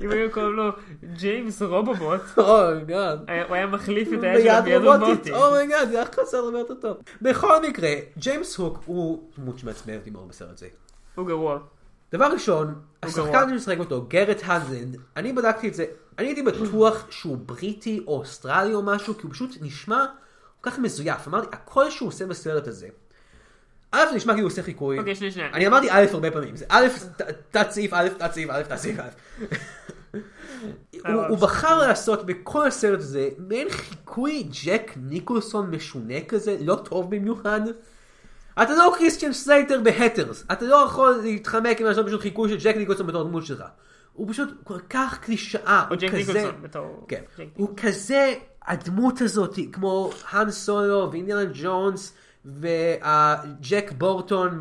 Speaker 2: אם היו קוראים לו ג'יימס רובובוט,
Speaker 1: אוי, גאד.
Speaker 2: היה- הוא היה מחליף את היד שלו
Speaker 1: ביד
Speaker 2: ביד
Speaker 1: רובוטית,
Speaker 2: רובוטית.
Speaker 1: אומייגאד, זה היה חסר הרבה יותר טוב. בכל מקרה, ג'יימס הוק הוא דמות שמעצבן אותי מאוד בסרט זה.
Speaker 2: הוא גרוע.
Speaker 1: דבר ראשון,
Speaker 2: גרוע.
Speaker 1: השחקן שמשחק אותו, גרט הנזנד, אני בדקתי את זה, אני הייתי בטוח שהוא בריטי או אוסטרלי או משהו, כי הוא פשוט נשמע כל כך מזויף. אמרתי, הכל שהוא עושה בסרט הזה, א', זה נשמע כאילו הוא עושה חיקוי.
Speaker 2: אוקיי, שנייה, שנייה.
Speaker 1: אני אמרתי א' הרבה פעמים, זה א', ת- תת סעיף א', תת סעיף א', תת סעיף
Speaker 2: (laughs)
Speaker 1: א'.
Speaker 2: אה,
Speaker 1: הוא- הוא בחר לעשות בכל הסרט הזה מעין חיקוי ג'ק ניקולסון משונה כזה, לא טוב במיוחד. אתה לא קריסטיאן סלייטר בהטרס, אתה לא יכול להתחמק עם לעשות פשוט חיקוי של ג'ק ניקולסון בתור דמות שלך. הוא פשוט כל כך קלישאה,
Speaker 2: או
Speaker 1: הוא
Speaker 2: ג'ק
Speaker 1: כזה...
Speaker 2: ניקולסון בתור...
Speaker 1: כן.
Speaker 2: ג'ק
Speaker 1: הוא כזה, הדמות הזאת, כמו האן סולו ואינדיאנה ג'ונס וג'ק בורטון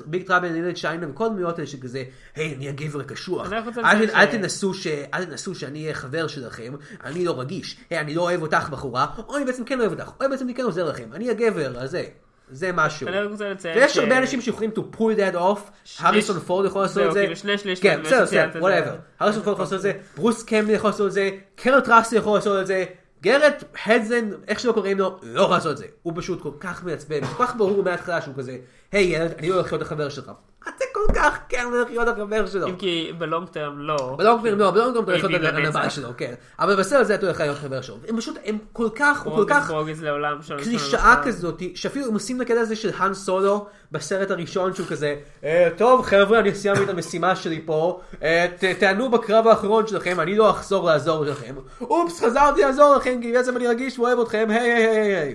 Speaker 1: מביג טראבל לידד שיינה וכל הדמויות האלה שכזה, היי, אני הגבר הקשוח.
Speaker 2: אני רק רוצה
Speaker 1: אל-
Speaker 2: לציין
Speaker 1: אל
Speaker 2: ש-
Speaker 1: תנסו ש- אל תנסו שאני אהיה חבר שלכם, אני לא רגיש. היי, אני לא אוהב אותך בחורה, או אני בעצם כן אוהב אותך, או אני בעצם אני כן עוזר לכם, אני הגבר, אז זה. זה משהו.
Speaker 2: אני רק רוצה לציין
Speaker 1: ויש
Speaker 2: ש-
Speaker 1: הרבה אנשים שיכולים to pull that off, הריסון פורד יכול לעשות
Speaker 2: זהו,
Speaker 1: את זה.
Speaker 2: כאילו שני שליש
Speaker 1: כן,
Speaker 2: מהם
Speaker 1: בסדר,
Speaker 2: שציינת
Speaker 1: בסדר,
Speaker 2: את זה. אוקיי.
Speaker 1: וואטאבר. הריסון פורד יכול לעשות את זה, ברוס קמלי יכול לעשות את זה, קרל טראסטי יכול לעשות את זה, גרט הדזן, איך שלא קוראים לו, לא יכול לעשות את זה. הוא פשוט כל כך מעצבן, כל כך ברור מההתחלה שהוא כזה, היי ילד, אני לא הולך להיות החבר שלך. אתה כל כך כן הולך להיות החבר שלו.
Speaker 2: אם כי בלונג טרם לא.
Speaker 1: בלונגרם לא, בלונגרם אתה הולך
Speaker 2: הביא
Speaker 1: להיות
Speaker 2: לנצח.
Speaker 1: הנבל שלו, כן. אבל בסרט זה אתה הולך להיות חבר שלו. הם פשוט, הם כל כך, הוא כל כך...
Speaker 2: ברוגז לעולם שלא נשמע
Speaker 1: קלישאה
Speaker 2: לנו. נכון.
Speaker 1: כזאת, שאפילו הם עושים את הקטע הזה של האן סולו בסרט הראשון שהוא כזה, "אה, טוב חבר'ה אני סיימתי את המשימה שלי פה, אה, ת- תענו בקרב האחרון שלכם, אני לא אחזור לעזור לכם, אופס חזרתי לעזור לכם כי בעצם אני רגיש ואוהב אתכם, היי היי היי היי.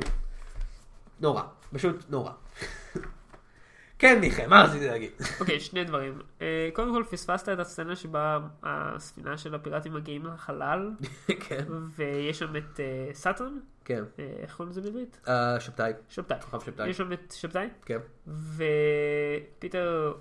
Speaker 1: נורא, פשוט נורא. (laughs) כן מיכאל, מה רציתי להגיד? (laughs)
Speaker 2: אוקיי, שני דברים. אה, קודם כל, פספסת את הסצנה שבה הספינה של הפיראטים מגיעים
Speaker 1: (laughs)
Speaker 2: לחלל,
Speaker 1: כן,
Speaker 2: ויש שם את אה, סאטרן,
Speaker 1: כן,
Speaker 2: אה, איך קוראים לזה בעברית?
Speaker 1: אה, שבתאי,
Speaker 2: שבתאי.
Speaker 1: כוכב שבתאי,
Speaker 2: יש שם את שבתאי,
Speaker 1: כן.
Speaker 2: ופיטר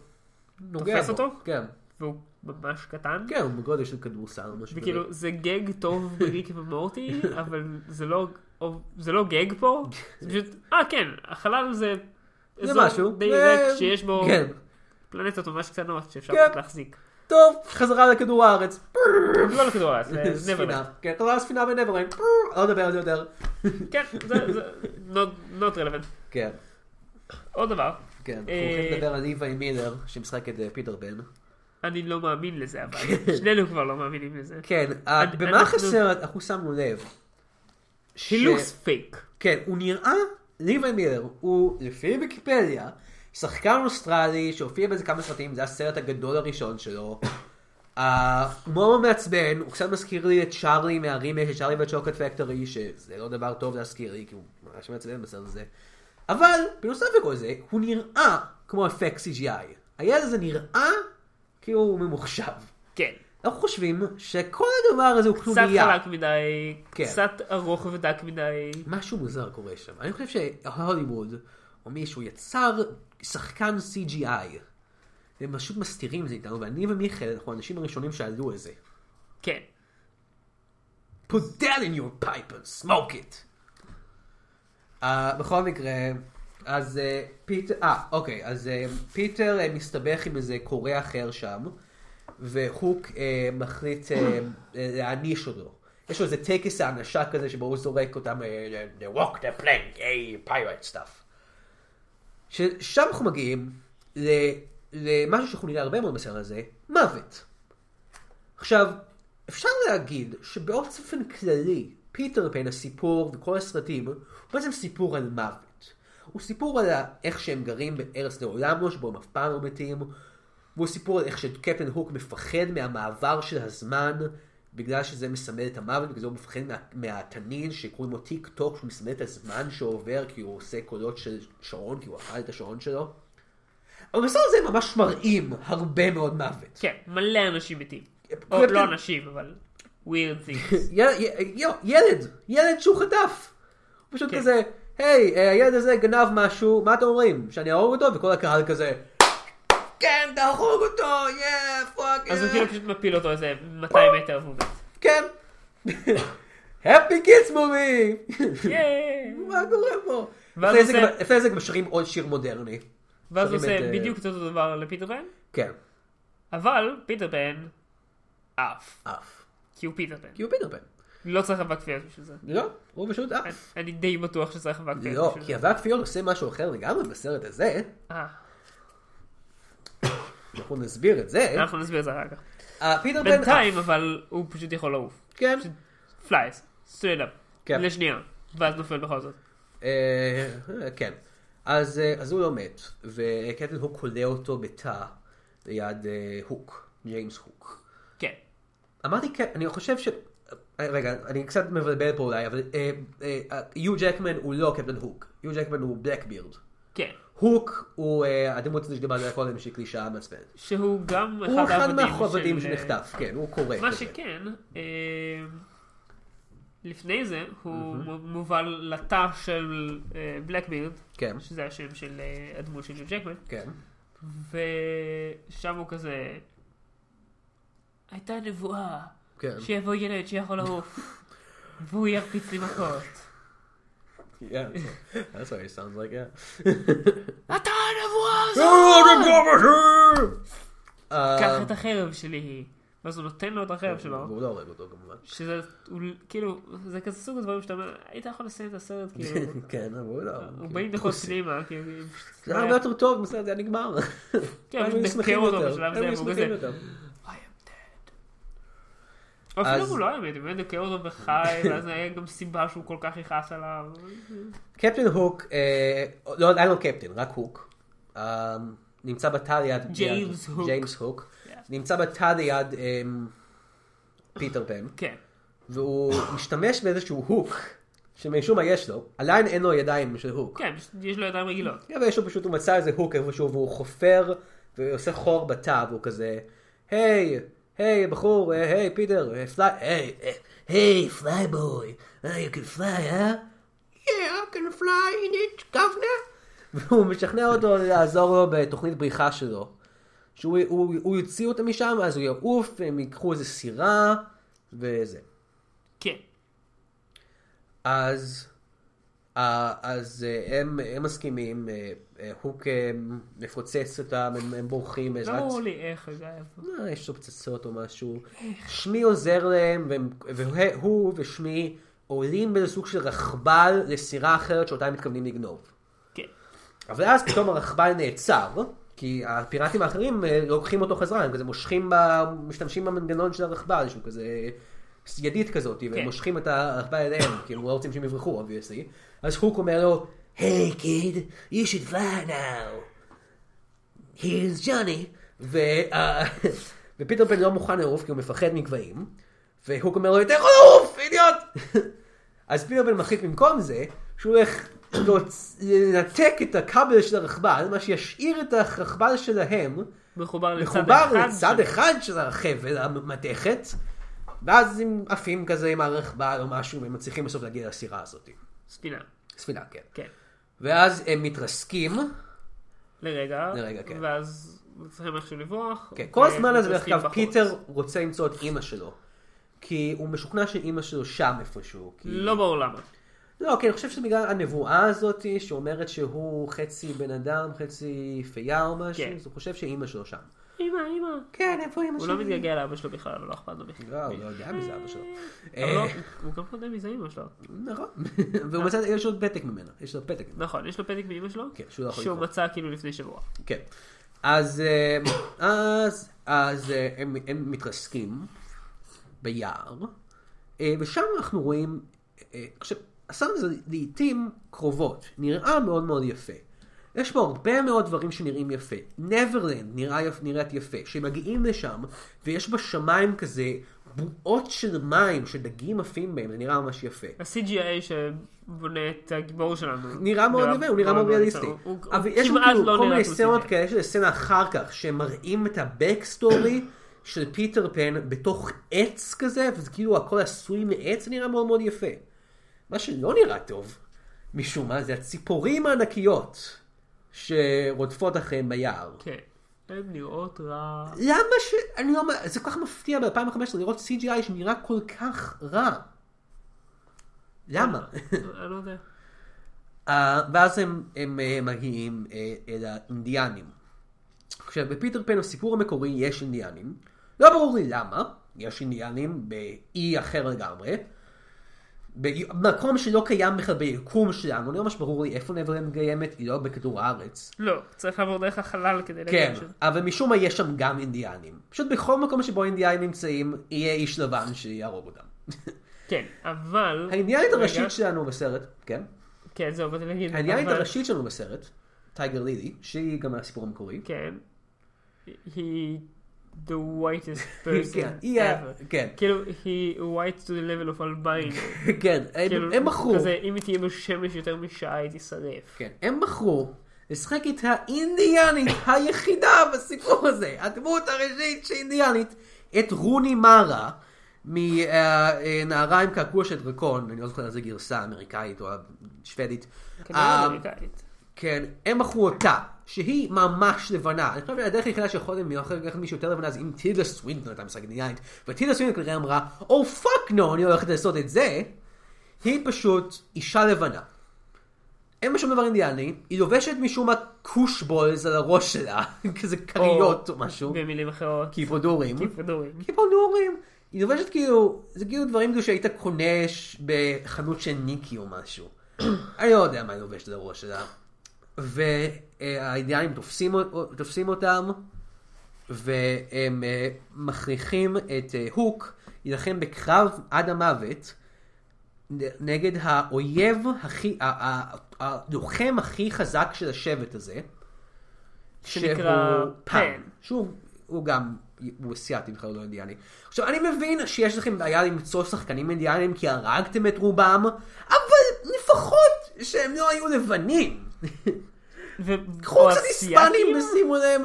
Speaker 1: נוגע
Speaker 2: תופס
Speaker 1: בו.
Speaker 2: אותו?
Speaker 1: כן,
Speaker 2: והוא ממש קטן.
Speaker 1: כן, הוא בגודל של כדורסל או משהו כזה.
Speaker 2: וכאילו זה גג
Speaker 1: (laughs)
Speaker 2: טוב בריקי ומורטי, אבל זה לא, או- זה לא גג פה, זה פשוט, אה כן, החלל זה
Speaker 1: זה
Speaker 2: אזור
Speaker 1: משהו.
Speaker 2: די
Speaker 1: זה-
Speaker 2: ריק שיש בו
Speaker 1: כן.
Speaker 2: פלנטות ממש קטנות שאפשר
Speaker 1: כן.
Speaker 2: פשוט להחזיק.
Speaker 1: טוב, חזרה לכדור הארץ. (laughs)
Speaker 2: לא לכדור הארץ, זה
Speaker 1: ספינה.
Speaker 2: נברלנד.
Speaker 1: כן, חזרה לספינה בנברלנד. לא נדבר על זה יותר.
Speaker 2: כן, זה זה- not- not relevant.
Speaker 1: כן,
Speaker 2: עוד דבר,
Speaker 1: כן. אנחנו
Speaker 2: אה,
Speaker 1: הולכים לדבר על איוואי מילר, שמשחק את אה, פיטר בן.
Speaker 2: אני לא מאמין לזה, אבל שנינו כבר לא מאמינים לזה.
Speaker 1: כן, אה,
Speaker 2: אני-
Speaker 1: במה
Speaker 2: אנחנו-
Speaker 1: חסר, אנחנו שמנו לב. ש-
Speaker 2: He looks fake.
Speaker 1: כן, הוא נראה, ליבי מילר, הוא לפי ויקיפדיה, שחקן אוסטרלי שהופיע באיזה כמה סרטים, זה הסרט הגדול הראשון שלו. המומו מעצבן, הוא קצת מזכיר לי את צ'ארלי מהרימי של צ'ארלי והצ'וקלט פקטורי, שזה לא דבר טוב להזכיר לי, כי הוא ממש מעצבן בסרט הזה. אבל, בנוסף לכל זה, הוא נראה כמו אפקט CGI. הילד הזה נראה כאילו הוא ממוחשב.
Speaker 2: כן.
Speaker 1: אנחנו חושבים שכל הדבר הזה הוא
Speaker 2: קצת
Speaker 1: כלומייה.
Speaker 2: חלק מדי,
Speaker 1: כן.
Speaker 2: קצת ארוך ודק מדי.
Speaker 1: משהו מוזר קורה שם. אני חושב שהוליווד, או מישהו, יצר שחקן CGI. הם פשוט מסתירים את זה איתנו, ואני ומיכאל, אנחנו האנשים הראשונים שעלו את זה.
Speaker 2: כן.
Speaker 1: put that in your pipe and smoke it. Uh, בכל מקרה, אז אה, פיטר, אה, אוקיי, אז אה, פיטר אה, מסתבך עם איזה קורא אחר שם, והוק אה, מחליט אה, אה, להעניש אותו. יש לו איזה טקס הענשה כזה שבו הוא זורק אותם, אה, they walk the plank, a pirate stuff. ששם אנחנו מגיעים ל- למשהו שאנחנו נראה הרבה מאוד בסרט הזה, מוות. עכשיו, אפשר להגיד שבאופן כללי, פיטר פן, הסיפור וכל הסרטים, הוא בעצם סיפור על מוות. הוא סיפור על ה- איך שהם גרים בארץ לעולם לא, שבו הם אף פעם לא מתים. והוא סיפור על איך שקפטן הוק מפחד מהמעבר של הזמן, בגלל שזה מסמל את המוות, בגלל זה הוא מפחד מה, מהתנין שקוראים לו טיק טוק, שהוא מסמל את הזמן שעובר, כי הוא עושה קולות של שעון, כי הוא אכל את השעון שלו. אבל בסרט הזה ממש מראים הרבה מאוד מוות.
Speaker 2: כן, מלא אנשים מתים.
Speaker 1: קפטן-
Speaker 2: או לא אנשים, אבל weird things.
Speaker 1: ילד, ילד, ילד שהוא חטף. הוא פשוט
Speaker 2: כן.
Speaker 1: כזה, היי, אה, הילד הזה גנב משהו, מה אתם אומרים? שאני אהרוג אותו? וכל הקהל כזה, כן, תהרוג אותו, יא, פאק,
Speaker 2: אז
Speaker 1: אה."
Speaker 2: הוא כאילו פשוט מפיל אותו איזה 200 מטר והוא מת.
Speaker 1: כן. Happy Kids movie!
Speaker 2: ייי!
Speaker 1: מה קורה פה?
Speaker 2: ואז
Speaker 1: לפני זה
Speaker 2: עושה-
Speaker 1: גם- לפני זה גם משרים עוד שיר מודרני.
Speaker 2: ואז הוא
Speaker 1: שרים
Speaker 2: עושה
Speaker 1: את, אה,
Speaker 2: בדיוק את אותו דבר לפיטר פן,
Speaker 1: כן,
Speaker 2: אבל פיטר פן עף.
Speaker 1: אף.
Speaker 2: כי הוא פיטר פן.
Speaker 1: כי הוא פינרפן.
Speaker 2: לא צריך אבק כפיות בשביל זה.
Speaker 1: לא, הוא פשוט
Speaker 2: אני-
Speaker 1: אף.
Speaker 2: אני די בטוח שצריך אבק כפיות
Speaker 1: לא,
Speaker 2: בשביל
Speaker 1: כי
Speaker 2: זה.
Speaker 1: אבק פיון עושה משהו אחר לגמרי בסרט הזה,
Speaker 2: אה,
Speaker 1: אנחנו נסביר את זה.
Speaker 2: אנחנו נסביר את זה אחר כך.
Speaker 1: אה, פיטר פן
Speaker 2: בינתיים,
Speaker 1: אף.
Speaker 2: אבל הוא פשוט יכול לעוף.
Speaker 1: כן.
Speaker 2: פלייס, סטרייט אפ.
Speaker 1: כן.
Speaker 2: לשנייה. ואז נופל בכל זאת.
Speaker 1: אה, כן. אז, אה, אז הוא לא מת, וקטן הוק כולא אותו בתא ליד אה, הוק, ג'יימס הוק.
Speaker 2: כן.
Speaker 1: אמרתי, כן, אני חושב ש... אה, רגע, אני קצת מבלבל פה אולי, אבל אה, אה, אה, יו ג'קמן הוא לא קפטן הוק, יו ג'קמן הוא בלקבירד.
Speaker 2: כן.
Speaker 1: הוק הוא אה, הדמות הזו שדיברנו עליה קודם, שהיא קלישאה מעצבנת.
Speaker 2: שהוא גם אחד
Speaker 1: הוא אחד
Speaker 2: העבדים
Speaker 1: מהעבדים
Speaker 2: של- אה,
Speaker 1: שנחטף, כן, הוא קורא.
Speaker 2: מה
Speaker 1: כזה.
Speaker 2: שכן, אה, לפני זה הוא מ- מובל לתא של בלקבירד,
Speaker 1: כן,
Speaker 2: שזה השם של אה, הדמות של ג'ו ג'קמן,
Speaker 1: כן.
Speaker 2: ושם הוא כזה... הייתה נבואה,
Speaker 1: כן.
Speaker 2: שיבוא ילד שיכול לעוף, והוא ירפיץ לי מכות.
Speaker 1: Yeah, that's what he sounds like, yeah.
Speaker 2: אתה הנבואה הזאת!
Speaker 1: Um,
Speaker 2: קח
Speaker 1: אה,
Speaker 2: את החרב שלי. ואז הוא נותן לו את החרב שלו.
Speaker 1: והוא לא הורג אותו כמובן.
Speaker 2: (laughs) שזה, הוא, כאילו, זה כזה סוג הדברים שאתה אומר, היית יכול לסיים את
Speaker 1: (laughs)
Speaker 2: הסרט, כאילו,
Speaker 1: כן, אבל הוא לא.
Speaker 2: 40 דקות פנימה, כאילו,
Speaker 1: זה היה הרבה יותר טוב, בסדר, זה היה נגמר.
Speaker 2: כן, אבל
Speaker 1: היינו
Speaker 2: זה
Speaker 1: שמחים
Speaker 2: דקר אותו
Speaker 1: יותר,
Speaker 2: בשלב זה,
Speaker 1: היינו
Speaker 2: והוא כזה-
Speaker 1: שמחים יותר.
Speaker 2: או אפילו
Speaker 1: אז-
Speaker 2: הוא לא היה מת, הוא באמת דקר אותו וחי,
Speaker 1: (laughs)
Speaker 2: ואז היה גם סיבה שהוא כל כך יכעס עליו.
Speaker 1: קפטן הוק, אה, לא, היה לו קפטן, רק הוק. אה, נמצא בתא ליד...
Speaker 2: ג'יימס
Speaker 1: ליד-
Speaker 2: הוק.
Speaker 1: ג'יימס הוק.
Speaker 2: Yeah.
Speaker 1: נמצא בתא ליד אה, פיטר פן,
Speaker 2: כן,
Speaker 1: והוא משתמש באיזשהו הוק, שמשום מה יש לו, עדיין אין לו ידיים של הוק.
Speaker 2: כן, יש לו ידיים רגילות.
Speaker 1: כן, ויש לו פשוט, הוא מצא איזה הוק איפשהו, והוא חופר, ועושה חור בתא, והוא כזה, היי, היי, בחור, אה, היי, פיטר, אה, פליי, היי, אה, היי, פליי בוי, אה, you can fly, אה? Yeah, I can fly in it, governor. והוא משכנע אותו לעזור לו בתוכנית בריחה שלו. שהוא הוא, הוא יוציא אותם משם, אז הוא יעוף, הם ייקחו איזה סירה, וזה.
Speaker 2: כן,
Speaker 1: אז... אה, אז אה, הם הם מסכימים, אה, אה, הוק אה, מפוצץ אותם, הם- הם בורחים
Speaker 2: לא
Speaker 1: בעזרת...
Speaker 2: ברור לי איך, אגב.
Speaker 1: אה, יש לו פצצות או משהו. שמי עוזר להם, והם- והוא ושמי עולים באיזה סוג של רכבל לסירה אחרת שאותה הם מתכוונים לגנוב.
Speaker 2: כן.
Speaker 1: אבל אז פתאום הרכבל נעצר, כי הפיראטים האחרים אה, לוקחים אותו חזרה, הם כזה מושכים, ב... משתמשים במנגנון של הרכבל, שהוא כזה ידית כזאת, והם
Speaker 2: כן.
Speaker 1: מושכים את הרכבל אליהם, (coughs) כי הם לא רוצים שהם יברחו, obviously. אז הוק אומר לו, היי קיד, you should fly now. here's Johnny. ו... אה, (laughs) ופיטר פן לא מוכן לעוף כי הוא מפחד מגבהים, והוק אומר לו, אתה יכול לעוף, אידיוט! (laughs) אז פיטר פן מחליט במקום זה, שהוא הולך להוצ- לנתק את הכבל של הרכבל, מה שישאיר את הרכבל שלהם
Speaker 2: מחובר לצד אחד.
Speaker 1: מחובר לצד
Speaker 2: של-
Speaker 1: אחד של החבל, המתכת, ואז הם עפים כזה עם הרכבל או משהו, והם מצליחים בסוף להגיע לסירה הזאת.
Speaker 2: ספינה.
Speaker 1: ספינה, כן.
Speaker 2: כן.
Speaker 1: ואז הם מתרסקים.
Speaker 2: לרגע.
Speaker 1: לרגע, כן.
Speaker 2: ואז צריכים איכשהו לברוח.
Speaker 1: כן, כל הזמן הזה, דרך
Speaker 2: ומתרסקים
Speaker 1: אגב,
Speaker 2: אוקיי, בחוץ.
Speaker 1: פיטר רוצה למצוא את אימא שלו. כי הוא משוכנע שאימא שלו שם איפשהו. כי...
Speaker 2: לא ברור למה.
Speaker 1: לא, כי אני חושב שזה בגלל הנבואה הזאת, שאומרת שהוא חצי בן אדם, חצי פייה או משהו,
Speaker 2: כן.
Speaker 1: אז הוא חושב שאימא שלו שם.
Speaker 2: אמא, אמא.
Speaker 1: כן, איפה אימא
Speaker 2: הוא
Speaker 1: שלי?
Speaker 2: לא מתגעגע לאבא שלו בכלל, אבל לא אכפת לו בכלל.
Speaker 1: לא, הוא לא יודע מזה אבא שלו.
Speaker 2: אבל לא,
Speaker 1: אה,
Speaker 2: הוא גם קודם מזה אמא שלו.
Speaker 1: (laughs) נכון. והוא מצא, יש לו פתק ממנה. יש לו פתק.
Speaker 2: נכון, יש לו פתק מאמא שלו?
Speaker 1: כן, שהוא לא יכול
Speaker 2: שהוא
Speaker 1: לקרוא.
Speaker 2: מצא כאילו לפני שבוע.
Speaker 1: כן. אז, אה, אז, אז אה, הם, הם מתרסקים ביער, אה, ושם אנחנו רואים, אה, עכשיו, הסרט הזה לעיתים קרובות, נראה מאוד מאוד יפה. יש בו הרבה מאוד דברים שנראים יפה. נברלנד נראה יפ, נראית יפה. כשמגיעים לשם, ויש בשמיים כזה בועות של מים, שדגים עפים בהם, זה נראה ממש יפה.
Speaker 2: ה-CGI שבונה את הגיבור שלנו.
Speaker 1: נראה מאוד יפה, הוא נראה מאוד ריאליסטי.
Speaker 2: הוא- הוא- הוא
Speaker 1: אבל יש לנו
Speaker 2: כמעט
Speaker 1: כאילו
Speaker 2: לא
Speaker 1: כל
Speaker 2: נראה
Speaker 1: מיני
Speaker 2: כמו
Speaker 1: סצנות
Speaker 2: CGI.
Speaker 1: כאלה, יש איזה סצנה אחר כך, שמראים את הבקסטורי של פיטר פן בתוך עץ כזה, וזה כאילו הכל עשוי מעץ, זה נראה מאוד מאוד יפה. מה שלא נראה טוב, משום מה, זה הציפורים הענקיות שרודפות אחריהם ביער.
Speaker 2: כן. הן נראות רע.
Speaker 1: למה ש... אני לא... מ- זה כל כך מפתיע ב-2015 לראות CGI שנראה כל כך רע. למה?
Speaker 2: (laughs) אני לא יודע.
Speaker 1: אה, ואז הם, הם אה, מגיעים אה, אל האינדיאנים. עכשיו, בפיטר פן הסיפור המקורי יש אינדיאנים. לא ברור לי למה, יש אינדיאנים באי אחר לגמרי. במקום שלא קיים בכלל ביקום שלנו, לא ממש ברור לי איפה נברלנד קיימת, היא לא בכדור הארץ.
Speaker 2: לא, צריך לעבור דרך החלל כדי
Speaker 1: כן,
Speaker 2: להגיד ש...
Speaker 1: אבל משום מה יש שם גם אינדיאנים. פשוט בכל מקום שבו אינדיאנים נמצאים, יהיה איש לבן שיהרוג אותם.
Speaker 2: כן, אבל...
Speaker 1: האינדיאנית
Speaker 2: רגע,
Speaker 1: הראשית שלנו בסרט, כן?
Speaker 2: כן, זהו, באתי להגיד.
Speaker 1: האינדיאנית
Speaker 2: אבל-
Speaker 1: הראשית שלנו בסרט, טייגר לילי, שהיא גם מהסיפור המקורי.
Speaker 2: כן. He... the whitest
Speaker 1: (laughs) כן,
Speaker 2: person
Speaker 1: היא ה-
Speaker 2: ever.
Speaker 1: כן.
Speaker 2: כאילו, he white to the level of albino.
Speaker 1: כן, הם-
Speaker 2: כאילו,
Speaker 1: הם מכרו,
Speaker 2: כזה, אם היא תהיה בשמש יותר משעה, היא תישרף.
Speaker 1: כן, הם מכרו לשחק את האינדיאנית היחידה בסיפור הזה, הדמות הראשית שאינדיאנית, את רוני מארה, מנערה עם קעקוע של דרקון, אני לא זוכר איזה גרסה אמריקאית או שוודית. אה, Um,
Speaker 2: כנראה אמריקאית.
Speaker 1: כן, הם מכרו אותה, שהיא ממש לבנה. אני חושב שהדרך היחידה שיכולים להיות לקחת מישהו יותר לבנה זה אם טילדה סווינטון הייתה מסגנית, וטילדה סווינטון כנראה אמרה, או פאק נו, אני הולכת לעשות את זה. היא פשוט אישה לבנה. אין בה שום דבר אינדיאני, היא לובשת משום מה קושבולז על הראש שלה, (laughs) כזה כריות או משהו,
Speaker 2: במילים אחרות.
Speaker 1: קיפודורים.
Speaker 2: כדורים.
Speaker 1: קיפודורים. היא לובשת כאילו, זה כאילו דברים כאילו שהיית קונה ש- בחנות של ניקי או משהו. (clears throat) אני לא יודע מה היא לובשת על הראש שלה. והאידיאנים תופסים, אות- תופסים אותם, והם אה, מכריחים את אה, הוק להילחם בקרב עד המוות נ- נגד האויב הכי, ה- ה- ה- הלוחם הכי חזק של השבט הזה.
Speaker 2: שנקרא
Speaker 1: שהוא
Speaker 2: פן.
Speaker 1: שהוא הוא גם, הוא אסיאתי בכלל לא אינדיאני. עכשיו, אני מבין שיש לכם בעיה למצוא שחקנים אינדיאנים כי הרגתם את רובם, אבל לפחות שהם לא היו לבנים.
Speaker 2: ו-
Speaker 1: קחו
Speaker 2: או
Speaker 1: קצת היספנים
Speaker 2: אסיאתיים?
Speaker 1: ושימו להם,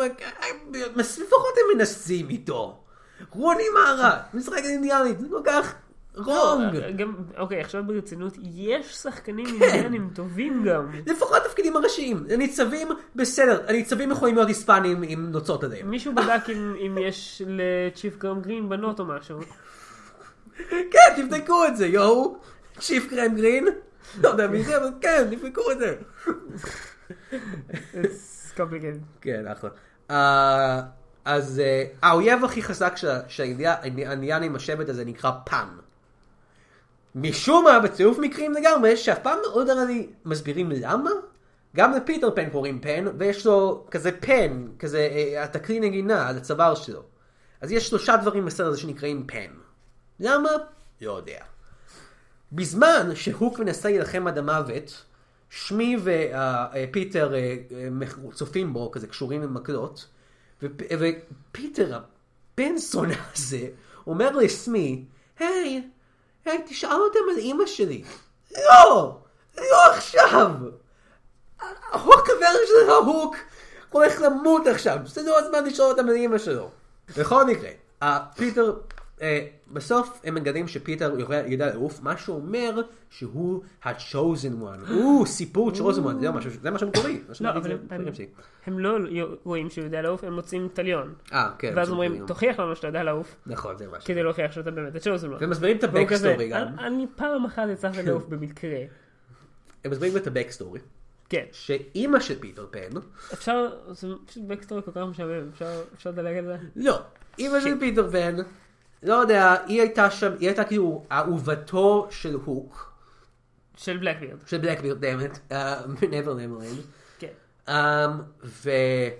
Speaker 1: לפחות הם מנסים איתו. רוני מארה, משחק אינדיאנית, זה כל כך
Speaker 2: לא,
Speaker 1: רונג.
Speaker 2: גם, אוקיי, עכשיו ברצינות, יש שחקנים
Speaker 1: כן.
Speaker 2: אינדיאנים טובים גם.
Speaker 1: לפחות התפקידים הראשיים, הניצבים, בסדר, הניצבים יכולים להיות היספנים עם נוצות עליהם.
Speaker 2: מישהו בדק אם אם יש לצ'יפ גרם גרין בנות או משהו.
Speaker 1: כן, תבדקו את זה, יואו. צ'יפ קרם גרין, לא יודע מי זה, אבל כן, תבדקו את זה.
Speaker 2: It's complicated.
Speaker 1: כן, אחלה. אה, אז אה, האויב הכי חזק של- של האינדיאנים, השבט הזה, נקרא פן. משום מה, בצירוף מקרים לגמרי, שאף פעם לא יודע לי מסבירים למה. גם לפיטר פן קוראים פן, ויש לו כזה פן, כזה אה, התקריא נגינה על הצוואר שלו. אז יש שלושה דברים בסרט הזה שנקראים פן. למה? לא יודע. בזמן שהוק מנסה להילחם עד המוות, שמי אה, ופיטר אה, צופים בו, כזה קשורים למקלות, ופ- אה, ופיטר, הבן זונה הזה, אומר לסמי, היי, היי, תשאל אותם על אימא שלי. לא! לא עכשיו! ההוק הוורז'ן ההוק הולך למות עכשיו, זה לא הזמן לשאול אותם על אימא שלו. בכל מקרה, אה, פיטר, אה, בסוף הם מגלים שפיטר יודע- יודע לעוף, מה שאומר שהוא ה-chosen one. הוא סיפור chosen one, זה מה ש- זה מה שמקורי. מה
Speaker 2: לא,
Speaker 1: שאני-
Speaker 2: אבל
Speaker 1: זה-
Speaker 2: הם-
Speaker 1: זה
Speaker 2: הם-
Speaker 1: גם שלי.
Speaker 2: הם לא רואים שהוא יודע לעוף, הם מוצאים תליון.
Speaker 1: אה, כן.
Speaker 2: ואז
Speaker 1: זה
Speaker 2: אומרים,
Speaker 1: מקורי.
Speaker 2: תוכיח לנו שאתה יודע לעוף,
Speaker 1: נכון, זה משהו.
Speaker 2: כדי להוכיח שאתה באמת הצ'וזן.
Speaker 1: והם מסבירים את
Speaker 2: והוא כזה, "אה?"
Speaker 1: ה-Backstory גם.
Speaker 2: "אני- אני פעם אחת הצלחתי
Speaker 1: (laughs)
Speaker 2: לעוף במקרה.
Speaker 1: הם מסבירים את ה-Backstory,
Speaker 2: כן.
Speaker 1: שאימא של פיטר פן,
Speaker 2: אפשר, זה פשוט בקסטורי כל כך משעמם, אפשר- אפשר לדלג על זה?
Speaker 1: לא, אימא של פיטר פן, לא יודע, היא הייתה שם, היא הייתה כאילו אהובתו של הוק,
Speaker 2: של בלקבירד.
Speaker 1: של בלקבירד, דאמת, (laughs) מעבר למרלין,
Speaker 2: כן.
Speaker 1: Um, והיא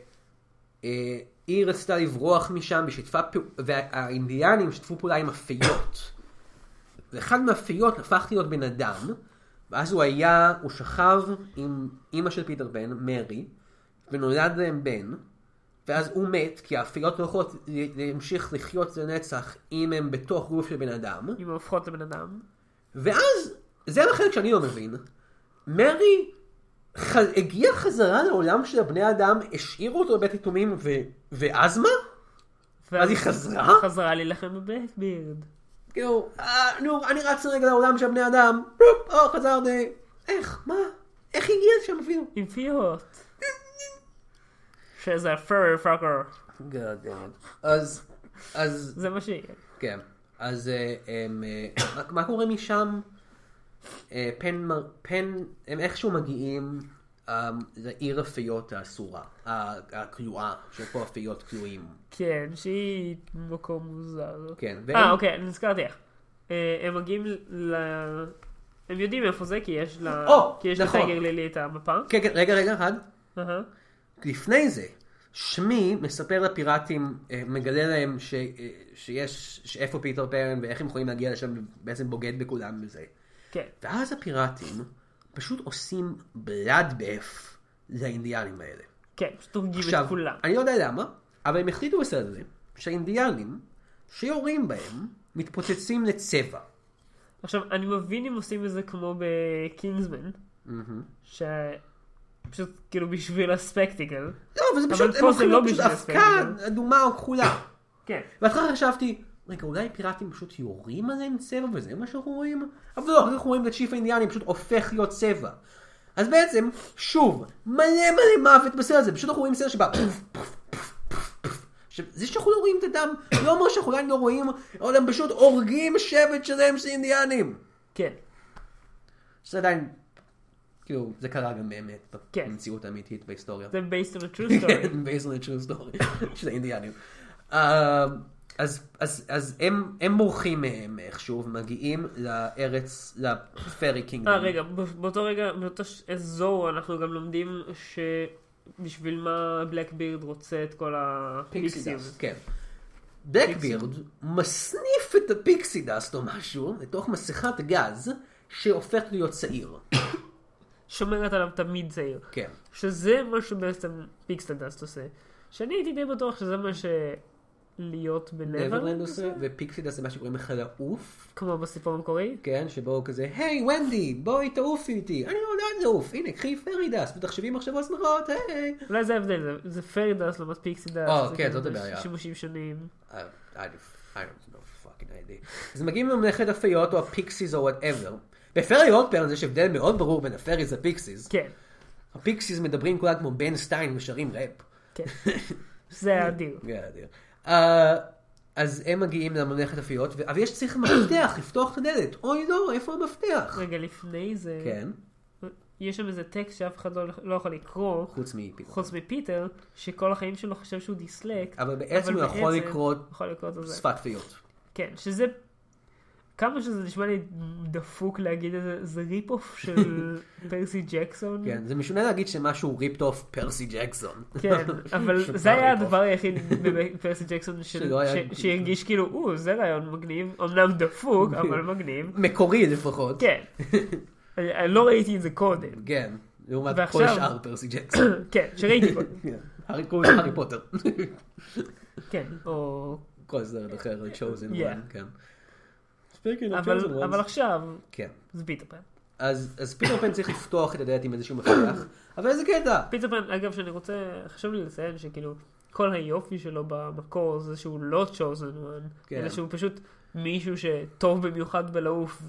Speaker 1: uh, רצתה לברוח משם, ושיתפה פעו- והאינדיאנים שיתפו פעולה עם אפיות. ואחד מהאפיות הפך להיות בן אדם, ואז הוא היה, הוא שכב עם אימא של פיטר פן, מרי, ונולד להם בן, ואז הוא מת, כי האפיות לא יכולות ל- להמשיך לחיות לנצח אם הם בתוך גוף של בן אדם,
Speaker 2: אם הופכות לבן אדם.
Speaker 1: ואז, זה החלק שאני לא מבין, מרי ח... הגיע חזרה לעולם של הבני אדם, השאירו אותו בבית יתומים, ו... ואז מה? ואז היא חזרה?
Speaker 2: חזרה להילחם בבלקבירד.
Speaker 1: כאילו, "אה, נו, אני רץ רגע לעולם של בני אדם, פופ, או, חזרתי. איך, מה? איך הגיע לשם אפילו?
Speaker 2: עם פיות. שזה פרי פאקר.
Speaker 1: God damn. אז, אז,
Speaker 2: זה מה שיהיה.
Speaker 1: כן. אז אה, הם, אה, מה- מה קורה משם? אה, פן, מר- פן, הם איכשהו מגיעים אה, לעיר הפיות האסורה, ה- הכלואה, שפה הפיות כלואים.
Speaker 2: כן, שהיא מקום מוזר.
Speaker 1: כן.
Speaker 2: אה,
Speaker 1: והם-
Speaker 2: אוקיי, אני נזכרתי איך. אה, הם מגיעים ל... הם יודעים איפה זה, כי יש לה...
Speaker 1: או,
Speaker 2: כי יש
Speaker 1: נכון.
Speaker 2: לטייגר לילי את המפה.
Speaker 1: כן, כן, רגע, רגע אחד.
Speaker 2: אהה.
Speaker 1: לפני זה, שמי מספר לפיראטים, אה, מגלה להם ש, אה, שיש, שאיפה פיטר פרן ואיך הם יכולים להגיע לשם, בעצם בוגד בכולם וזה.
Speaker 2: כן.
Speaker 1: ואז הפיראטים פשוט עושים בלאדבף לאינדיאנים האלה.
Speaker 2: כן, פשוט הורגים
Speaker 1: עכשיו,
Speaker 2: את כולם.
Speaker 1: אני לא יודע למה, אבל הם החליטו בסדר הזה, שהאינדיאנים שיורים בהם, מתפוצצים לצבע.
Speaker 2: עכשיו, אני מבין אם עושים את זה כמו בקינגסמן, שפשוט כאילו בשביל הספקטיקל.
Speaker 1: לא, אבל זה
Speaker 2: אבל
Speaker 1: פשוט,
Speaker 2: פה
Speaker 1: הם
Speaker 2: זה
Speaker 1: הופכים
Speaker 2: לא כן.
Speaker 1: להיות פשוט
Speaker 2: בשביל
Speaker 1: אבקה
Speaker 2: הספקטקל.
Speaker 1: אדומה או כחולה.
Speaker 2: כן.
Speaker 1: בהתחלה חשבתי, רגע, אולי פיראטים פשוט יורים עליהם צבע וזה מה שאנחנו רואים? אבל לא, אנחנו רואים את שיף האינדיאני פשוט הופך להיות צבע. אז בעצם, שוב, מלא מלא מוות בסרט הזה, פשוט אנחנו רואים סרט שבא פוף, פוף, פוף, פוף, פוף. עכשיו, זה שאנחנו לא רואים את הדם, לא אומר שאנחנו עדיין לא רואים, אבל הם פשוט הורגים שבט שלהם של אינדיאנים.
Speaker 2: כן.
Speaker 1: שזה עדיין, כאילו, זה קרה גם באמת,
Speaker 2: כן.
Speaker 1: במציאות האמיתית בהיסטוריה. (laughs)
Speaker 2: זה based on a true story.
Speaker 1: כן, based on a true story של האינדיאנים. אמ, אז, אז, אז הם, הם בורחים מהם איכשהו ומגיעים לארץ, לפרי קינגדום.
Speaker 2: אה, רגע, ב- באותו רגע, באותו ש- אזור אנחנו גם לומדים שבשביל מה בלקבירד רוצה את כל הפיקסים.
Speaker 1: כן. בלקבירד מסניף את הפיקסי דאסט או משהו לתוך מסכת גז שהופך להיות צעיר.
Speaker 2: שומרת עליו תמיד צעיר.
Speaker 1: כן.
Speaker 2: שזה מה שבעצם פיקסטנדסט עושה. שאני הייתי די בטוח שזה מה שלהיות
Speaker 1: נברלנד
Speaker 2: בנברלנד
Speaker 1: עושה, ופיקסי דאסט זה מה שקוראים לך לעוף.
Speaker 2: כמו בסיפור המקורי.
Speaker 1: כן, שבו הוא כזה, היי, ונדי, בואי תעופי איתי. אני לא יודעת לעוף, הנה, קחי פרי דאסט, ותחשבי מחשבות שמחות, היי.
Speaker 2: אולי זה ההבדל, זה- זה פרדס לעומת פיקסידס.
Speaker 1: אה, כן,
Speaker 2: זה כאילו
Speaker 1: זאת הבעיה.
Speaker 2: שימושים שונים.
Speaker 1: I, I, I don't know fucking idea. אז מגיעים לממלכת הפיות או הפיקסיס או וואטאבר. בפרי עוד פעם יש הבדל מאוד ברור בין הפריז לפיקסיס.
Speaker 2: כן,
Speaker 1: הפיקסיס מדברים כולם כמו בן סטיין ושרים ראפ. (laughs)
Speaker 2: כן. זה אדיר.
Speaker 1: Yeah, dear. אה, אז הם מגיעים לממלכת הפיות, ו- אבל יש צריך מפתח לפתוח את הדלת. אוי לא, איפה המפתח?
Speaker 2: רגע, לפני זה,
Speaker 1: כן,
Speaker 2: יש שם איזה טקסט שאף אחד לא, לא יכול לקרוא,
Speaker 1: חוץ מפיתוח.
Speaker 2: חוץ מפיטר, שכל החיים שלו חושב שהוא דיסלקט.
Speaker 1: אבל בעצם הוא יכול
Speaker 2: בעצם
Speaker 1: לקרוא
Speaker 2: הוא יכול לקרוא את זה.
Speaker 1: שפת פיות.
Speaker 2: כן, שזה... כמה שזה נשמע לי דפוק להגיד את זה, זה ריפ אוף
Speaker 1: (laughs)
Speaker 2: של פרסי ג'קסון.
Speaker 1: כן, זה משונה להגיד שמשהו ריפט אוף פרסי ג'קסון.
Speaker 2: כן, אבל זה היה הדבר היחיד בפרסי
Speaker 1: (laughs)
Speaker 2: ג'קסון של-
Speaker 1: שלא היה-
Speaker 2: ש- שהרגיש כאילו, או, זה רעיון מגניב, אמנם דפוק, אבל מגניב.
Speaker 1: (laughs) מקורי לפחות.
Speaker 2: כן. אני- אני לא ראיתי את זה קודם.
Speaker 1: כן, לעומת
Speaker 2: ועכשיו-
Speaker 1: כל שאר פרסי ג'קסון.
Speaker 2: כן, שראיתי קודם.
Speaker 1: (coughs) כן. הארי קוראים לזה הארי פוטר.
Speaker 2: כן, או...
Speaker 1: (coughs) כל סרט אחר, chosen
Speaker 2: Yeah.
Speaker 1: one, כן. Speaking of chosen
Speaker 2: אבל
Speaker 1: ones.
Speaker 2: אבל עכשיו,
Speaker 1: כן.
Speaker 2: זה פיטר פן.
Speaker 1: אז אז פיטר פן צריך לפתוח את הדלת עם איזשהו מפתח, (coughs) אבל איזה קטע.
Speaker 2: פיטר פן, אגב, שאני רוצה, חשוב לי לציין שכאילו, כל היופי שלו במקור זה שהוא לא chosen one,
Speaker 1: כן.
Speaker 2: אלא שהוא פשוט מישהו שטוב במיוחד בלעוף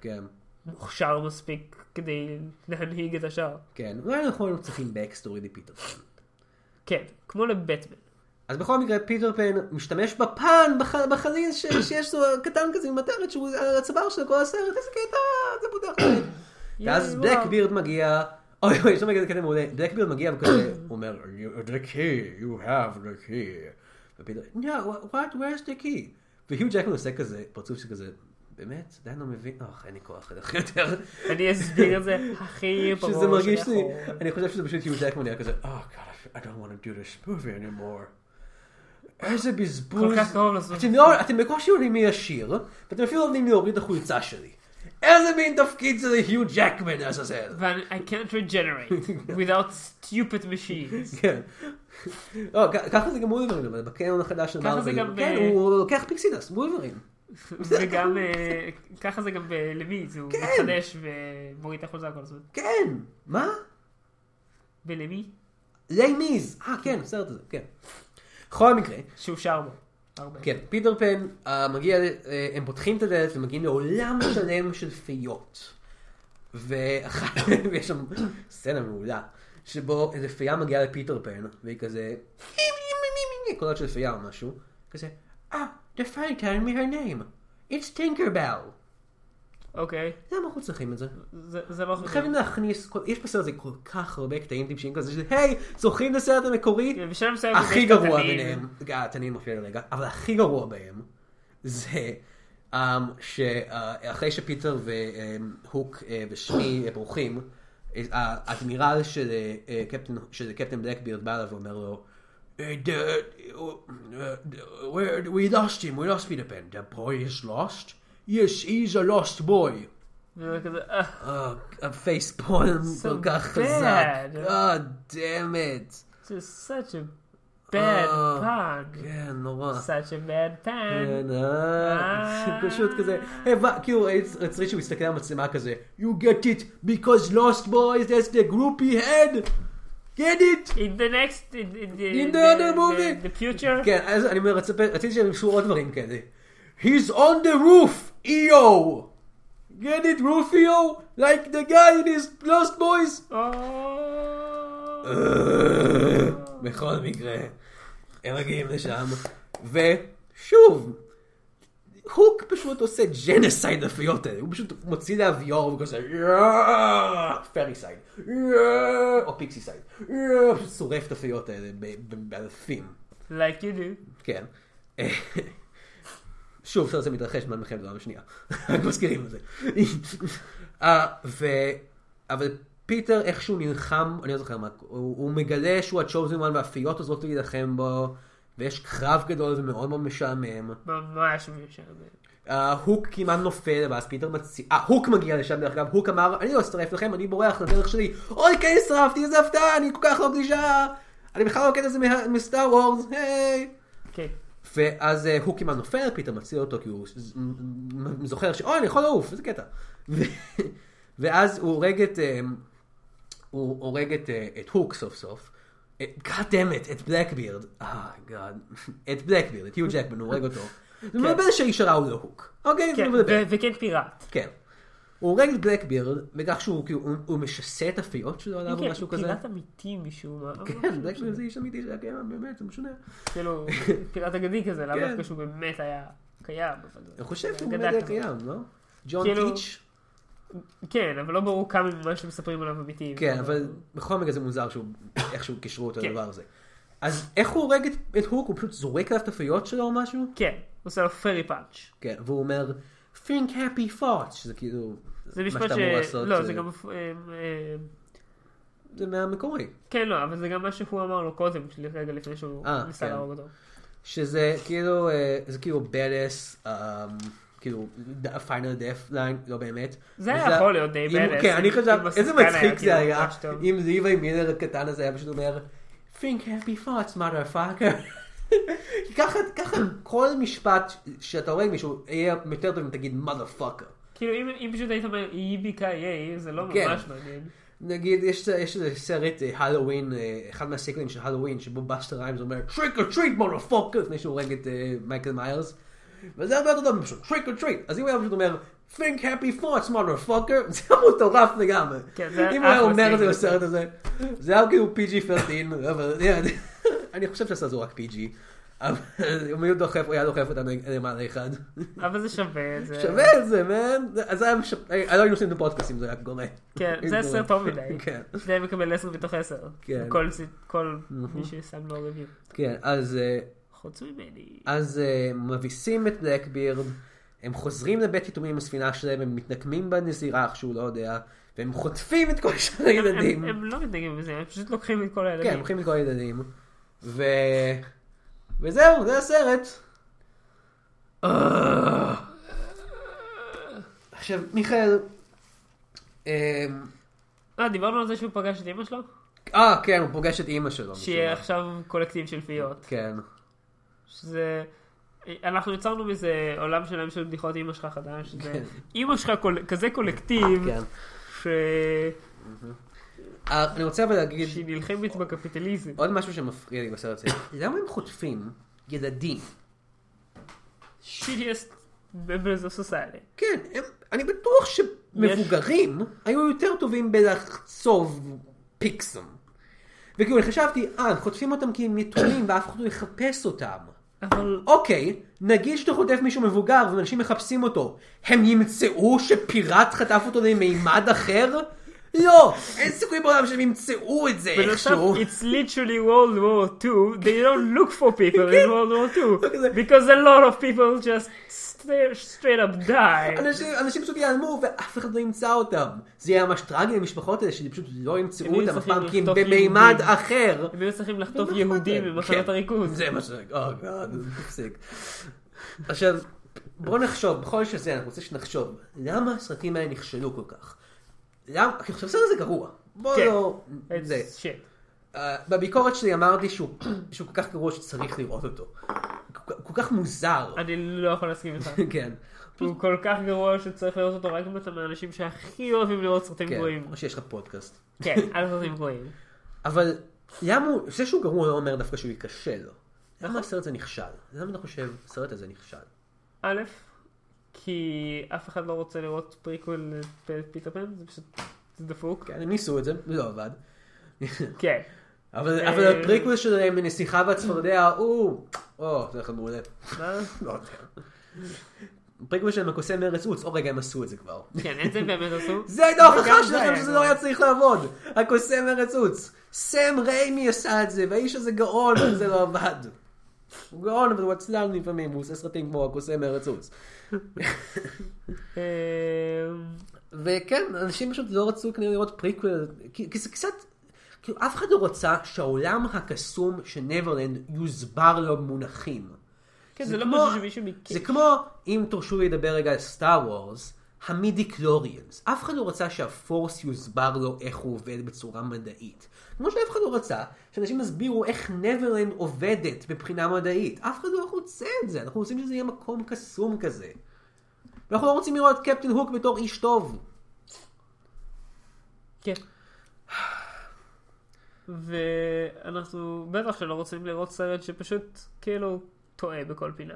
Speaker 1: כן,
Speaker 2: ומוכשר מספיק כדי להנהיג את השאר.
Speaker 1: כן. אולי אנחנו היינו צריכים backstory לפיטר פן.
Speaker 2: כן, כמו לבטמן.
Speaker 1: אז בכל מקרה, פיטר פן משתמש בפן, בח- בחליז ש- שיש לו קטן כזה עם מטרת שהוא על הצוואר שלו כל הסרט, איזה קטע, זה פותח. דלת. ואז
Speaker 2: יואו.
Speaker 1: בלקבירד מגיע, אוי אוי, יש לו מגיע קטע מעולה, בלקבירד מגיע וכזה, הוא אומר, "You- the key, you have the key. ופיטר, no, wha- what, where's the key? והיו ג'קמן עושה כזה, פרצוף שכזה, באמת? עדיין לא מבין, אוח, אין לי כוח לדבר
Speaker 2: (laughs)
Speaker 1: יותר.
Speaker 2: אני אסביר את זה הכי
Speaker 1: (laughs)
Speaker 2: ברור
Speaker 1: שזה מרגיש לי,
Speaker 2: שיכול.
Speaker 1: אני חושב שזה פשוט היו ג'קמן היה כזה, oh god, I don't want to do this movie anymore. איזה בזבוז.
Speaker 2: כל כך קרוב לעשות.
Speaker 1: אתם לא- אתם בקושי עולים לי לשיר, ואתם אפילו לא עומדים לי להוריד את החולצה שלי. איזה מין תפקיד זה היו ג'קמן, לעזאזל.
Speaker 2: ואני- I can't regenerate without stupid machines.
Speaker 1: כן. לא, כ- ככה זה גם וולברין, אבל בקניון החדש של
Speaker 2: ככה זה
Speaker 1: מארוול.
Speaker 2: גם
Speaker 1: כן,
Speaker 2: אה, ב-
Speaker 1: הוא לוקח פיקסידס, וולברין.
Speaker 2: וגם, אה, ככה זה גם בלמיץ, הוא מתחדש ומוריד את החולצה כל הזמן.
Speaker 1: כן, מה?
Speaker 2: בלמי?
Speaker 1: ליי מיז. אה, כן, הסרט הזה, כן. בכל מקרה,
Speaker 2: שהוא שר בו. הרבה.
Speaker 1: כן, פיטר פן אה, מגיע, אה, הם פותחים את הדלת ומגיעים לעולם (clears throat) שלם של פיות. (clears throat) ואח- ויש שם סצנה מעולה, שבו איזה פייה מגיעה לפיטר פן, והיא כזה, קולות של פייה או משהו, כזה, אה, the fairy told me her name, it's tinkerbell.
Speaker 2: אוקיי.
Speaker 1: למה אנחנו צריכים את זה?
Speaker 2: זה זה לא
Speaker 1: חייבים להכניס, כל- יש בסרט הזה כל כך הרבה קטעים טיפשיים כזה של היי, זוכרים את הסרט המקורי?
Speaker 2: בשלב מסוים כן, זה
Speaker 1: הכי
Speaker 2: קטנים.
Speaker 1: גרוע ביניהם, אה, התנין מופיע לרגע, אבל הכי גרוע בהם זה אמ, שאחרי שפיטר והוק ושמי אה, בורחים, אה, האדמירל של אה, אה, קפטן- של קפטן בלקבירד בא אליו ואומר לו "אה, the- אה, the- where- We lost him, we lost Peter Pan. The boy is lost? Yes, he's a lost boy.
Speaker 2: וזה כזה, "אה,
Speaker 1: אה, הפייספולם כל כך
Speaker 2: bad.
Speaker 1: חזק. אה, דאמת.
Speaker 2: זה such a
Speaker 1: אה,
Speaker 2: bad pun.
Speaker 1: כן, נורא.
Speaker 2: such a bad pun.
Speaker 1: כן, אה, פשוט כזה, הבא- כאילו רציתי שהוא מסתכל על המצלמה כזה, You get it because lost boys that's the group he had, get it.
Speaker 2: In the next, in, in the,
Speaker 1: In the other
Speaker 2: the-
Speaker 1: movie.
Speaker 2: the future,
Speaker 1: כן, אז אני מצפה, רציתי שהם ימשו עוד דברים כאלה. He's on the roof, EO. get it, roof EO, like the guy in his lost boys.
Speaker 2: Oh.
Speaker 1: בכל מקרה, הם מגיעים לשם, ושוב, הוק פשוט עושה ג'נסייד לפיות האלה, הוא פשוט מוציא לאוויור וכזה פריסייד, או פיקסיסייד, יאה, פשוט שורף את הפיות האלה ב- ב- באלפים,
Speaker 2: like you do.
Speaker 1: כן. שוב, סרט זה מתרחש מעל מלחמת העולם השנייה, רק מזכירים את זה. אה, ו... אבל פיטר איכשהו נלחם, אני לא זוכר מה, הוא, הוא מגלה שהוא הצ'וזן וואן והפיות עוזרות לו להילחם בו, ויש קרב גדול ומאוד מאוד משעמם.
Speaker 2: ממש מיושר. זה.
Speaker 1: אה, הוק כמעט נופל, ואז פיטר מציע... אה, הוק מגיע לשם דרך אגב, הוק אמר, אני לא אצטרף לכם, אני בורח לדרך שלי. אוי, כן, שרפתי, איזה הפתעה, אני כל כך לא גלישה. אני בכלל לא קטע את זה מה- מסטאר וורס, היי.
Speaker 2: כן.
Speaker 1: ואז אה, הוא כמעט נופל, פיטר מציל אותו כי הוא ז- מ- זוכר שאוי, אני יכול לעוף, איזה קטע. ו- ואז הוא הורג את, אה, הוא הורג את, אה, את הוק סוף סוף. אה, God damn it, את בלקבירד. אה, God. את בלקבירד, את יו ג'קמן, הוא הורג אותו. זה מבלבל שהאיש הרע הוא לא הוק. אוקיי? זה
Speaker 2: כן,
Speaker 1: מבלבל.
Speaker 2: ו- וכן פיראט.
Speaker 1: כן. הוא הורג את בלקבירד, בכך שהוא כאילו, הוא- הוא משסה את הפיות שלו עליו או לא
Speaker 2: כן,
Speaker 1: משהו כזה.
Speaker 2: פילת אמיתי משום מה. אבל לא
Speaker 1: כן,
Speaker 2: משנה.
Speaker 1: בלקבירד זה איש אמיתי שהיה קיים, באמת, זה משונה.
Speaker 2: כאילו, פילת אגדי כזה, לאו
Speaker 1: כן.
Speaker 2: דווקא שהוא באמת היה קיים. אבל זה-
Speaker 1: אני חושב
Speaker 2: זה
Speaker 1: שהוא
Speaker 2: אגדה
Speaker 1: באמת היה
Speaker 2: כזאת.
Speaker 1: קיים, לא? ג'ון
Speaker 2: כן, כאילו-
Speaker 1: טיץ'?
Speaker 2: כן, אבל לא ברור כמה ממה שמספרים עליו אמיתי.
Speaker 1: כן, אבל בכל מקרה זה מוזר שהוא, איכשהו קישרו אותו
Speaker 2: כן.
Speaker 1: לדבר הזה. אז איך הוא הורג את- את הוק? הוא פשוט זורק עליו את הפיות שלו או משהו?
Speaker 2: כן, עושה לו פרי פאנץ'.
Speaker 1: כן, והוא אומר, think happy thoughts, שזה כאילו,
Speaker 2: זה
Speaker 1: מה
Speaker 2: משפט
Speaker 1: שאתה
Speaker 2: ש...
Speaker 1: אמור לעשות,
Speaker 2: לא,
Speaker 1: אה,
Speaker 2: זה גם... אה, אה,
Speaker 1: זה מהמקורי.
Speaker 2: כן, לא, אבל זה גם מה שהוא אמר לו קודם, רגע לפני שהוא
Speaker 1: אה,
Speaker 2: ניסה
Speaker 1: כן.
Speaker 2: להרוג אותו.
Speaker 1: שזה כאילו, אה, זה כאילו badass, um, כאילו, final death line, לא באמת.
Speaker 2: זה היה
Speaker 1: וזה-
Speaker 2: יכול להיות די
Speaker 1: אם-
Speaker 2: badass,
Speaker 1: כן, אני
Speaker 2: אם-
Speaker 1: חושב,
Speaker 2: אם
Speaker 1: איזה
Speaker 2: השחקן היה,
Speaker 1: מצחיק
Speaker 2: כאילו,
Speaker 1: זה היה,
Speaker 2: ממש טוב.
Speaker 1: אם זיווי מילר הקטן הזה היה פשוט אומר, think happy thoughts, mother fucker. (laughs) ככה, ככה כל משפט שאתה רואה עם מישהו, יהיה יותר טוב אם תגיד mother fucker.
Speaker 2: כאילו, אם- אם פשוט היית אומר איביקה יאי, זה לא
Speaker 1: כן.
Speaker 2: ממש מעניין.
Speaker 1: נגיד, יש, יש איזה סרט אה, הלואוין, אה, אחד מהסיקלים של הלואוין, שבו בסטר ריימס אומר, טריק או טריט מונופוקר, לפני שהוא הורג את אה, מייקל מיירס. וזה הרבה יותר טוב פשוט, טריק או טריט. אז אם הוא היה פשוט אומר, think happy thoughts מונופוקר, (laughs) זה היה מטורף לגמרי.
Speaker 2: כן, זה
Speaker 1: אם הוא היה
Speaker 2: אחלה
Speaker 1: אומר את זה
Speaker 2: סרט.
Speaker 1: בסרט הזה, זה היה כאילו PG-13, אבל (laughs) yeah, אני חושב שעשו רק PG. אבל (laughs) אם היו דוחף, הוא היה דוחף אותנו למעלה אחד.
Speaker 2: אבל זה שווה את זה.
Speaker 1: שווה את זה, מן. אז זה היה מש... אה, לא היינו עושים את הפודקאסט אם זה היה קורה.
Speaker 2: כן, זה סרט טוב מדי.
Speaker 1: כן.
Speaker 2: זה היה מקבל 10 מתוך 10.
Speaker 1: כן. נכון.
Speaker 2: כל זה- כל מי ששם לו ריוויו.
Speaker 1: כן, אז, אה,
Speaker 2: חוץ ממני.
Speaker 1: אז אה, מביסים את בלקבירד, הם חוזרים לבית יתומים עם הספינה שלהם, הם מתנקמים בנזירה, איך שהוא לא יודע, והם חוטפים את כל (laughs) שאר
Speaker 2: הם-
Speaker 1: הילדים.
Speaker 2: הם הם לא מתנגדים בזה, הם פשוט לוקחים את כל
Speaker 1: כן, הם
Speaker 2: הילדים.
Speaker 1: לוקחים את כל הילדים. ו... וזהו, זה הסרט. אה. עכשיו, מיכאל... אמ,
Speaker 2: אה, דיברנו על זה שהוא פגש את אמא שלו?
Speaker 1: אה, כן, הוא פוגש את אימא שלו. משום
Speaker 2: שיהיה
Speaker 1: מה.
Speaker 2: עכשיו קולקטיב של פיות.
Speaker 1: כן.
Speaker 2: שזה... אנחנו יצרנו מזה עולם שלם של בדיחות אימא שלך חדש. שזה
Speaker 1: כן.
Speaker 2: אימא שלך קול- כזה קולקטיב,
Speaker 1: כן.
Speaker 2: ש...
Speaker 1: אה, אני רוצה אבל להגיד...
Speaker 2: שהיא נלחמת בקפיטליזם.
Speaker 1: עוד משהו שמפריע לי בסרט הזה, (coughs) למה הם חוטפים ילדים?
Speaker 2: שיטיאסט members of society.
Speaker 1: כן, הם, אני בטוח שמבוגרים היו יותר טובים בלחצוב פיקסום. וכאילו, אני חשבתי, אה, הם חוטפים אותם כי הם יתומים ואף אחד לא יחפש אותם.
Speaker 2: אבל...
Speaker 1: אוקיי, נגיד שאתה חוטף מישהו מבוגר ואנשים מחפשים אותו, הם ימצאו שפיראט חטף אותו למימד אחר? לא, אין סיכוי בעולם שהם ימצאו את זה
Speaker 2: בנוסף,
Speaker 1: איכשהו.
Speaker 2: it's literally World War II, they don't look for people in World War
Speaker 1: כזה.
Speaker 2: II, because a lot of people just sta- straight up
Speaker 1: (laughs)
Speaker 2: die.
Speaker 1: אנשים- אנשים פשוט ייעלמו ואף אחד לא ימצא אותם. זה יהיה ממש טרגי למשפחות האלה שפשוט לא
Speaker 2: הם
Speaker 1: ימצאו
Speaker 2: היו
Speaker 1: אותם אף פעם
Speaker 2: צריכים
Speaker 1: כי הם
Speaker 2: לחטוף
Speaker 1: במימד
Speaker 2: יהודים.
Speaker 1: אחר.
Speaker 2: הם היו צריכים
Speaker 1: לא
Speaker 2: לחטוף
Speaker 1: אכפת
Speaker 2: יהודים
Speaker 1: להם.
Speaker 2: ממחנות
Speaker 1: כן,
Speaker 2: הריכוז.
Speaker 1: זה מה ש... אה, גאד, תפסיק. עכשיו, בואו נחשוב, בכל שזה אני רוצה שנחשוב, למה הסרטים האלה נכשלו כל כך? למה? כי עכשיו סרט זה גרוע. בואו
Speaker 2: כן.
Speaker 1: לא...
Speaker 2: It's
Speaker 1: זה.
Speaker 2: shit.
Speaker 1: אה, בביקורת שלי אמרתי שהוא שהוא כל כך גרוע שצריך לראות אותו. כל- כל כך מוזר.
Speaker 2: אני לא יכול
Speaker 1: (laughs)
Speaker 2: להסכים איתך.
Speaker 1: כן.
Speaker 2: הוא כל כך גרוע שצריך לראות אותו רק אם אתה מהאנשים שהכי אוהבים לראות סרטים
Speaker 1: כן,
Speaker 2: גרועים.
Speaker 1: או שיש לך פודקאסט.
Speaker 2: כן, על סרטים גרועים.
Speaker 1: אבל למה הוא, זה שהוא גרוע לא אומר דווקא שהוא ייכשל. למה הסרט הזה נכשל? למה אתה חושב הסרט הזה נכשל?
Speaker 2: א', כי אף אחד לא רוצה לראות פריקוול לפיטר פן, זה פשוט זה דפוק.
Speaker 1: כן, הם ניסו את זה, זה לא עבד.
Speaker 2: כן.
Speaker 1: אבל,
Speaker 2: אה,
Speaker 1: אבל הפריקוול שלהם לנסיכה והצפרדע, הוא... או, זה אחד מעולה.
Speaker 2: מה?
Speaker 1: לא יודע. הפריקוול שלהם הקוסם מארץ עוץ, או רגע, הם עשו את זה כבר.
Speaker 2: כן, את זה באמת עשו.
Speaker 1: (laughs) זה הייתה
Speaker 2: גם
Speaker 1: ההוכחה
Speaker 2: זה
Speaker 1: שלכם
Speaker 2: היה
Speaker 1: שזה
Speaker 2: גרוע.
Speaker 1: לא היה צריך לעבוד. הקוסם מארץ עוץ. סם ריימי עשה את זה, והאיש הזה גאון, (coughs) אבל זה לא עבד. הוא גאון, אבל הוא עצלן לפעמים, הוא עושה סרטים כמו הקוסם מארץ עוץ.
Speaker 2: אמ,
Speaker 1: וכן, אנשים פשוט לא רצו כנראה לראות פריקוול, כי, כי זה קצת, כאילו אף אחד לא רוצה שהעולם הקסום של נברלנד יוסבר לו במונחים.
Speaker 2: כן, זה לא
Speaker 1: כמו-
Speaker 2: משהו שמישהו מכיר.
Speaker 1: זה כמו, אם תרשו לי לדבר רגע על סטאר וורס, המידי קלוריאנס. אף אחד לא רצה שהפורס יוסבר לו איך הוא עובד בצורה מדעית. כמו שאף אחד לא רצה שאנשים יסבירו איך נברלנד עובדת מבחינה מדעית. אף אחד לא רוצה את זה, אנחנו רוצים שזה יהיה מקום קסום כזה. ואנחנו לא רוצים לראות את קפטן הוק בתור איש טוב.
Speaker 2: כן. ואנחנו בטח שלא רוצים לראות סרט שפשוט, כאילו, טועה בכל פינה.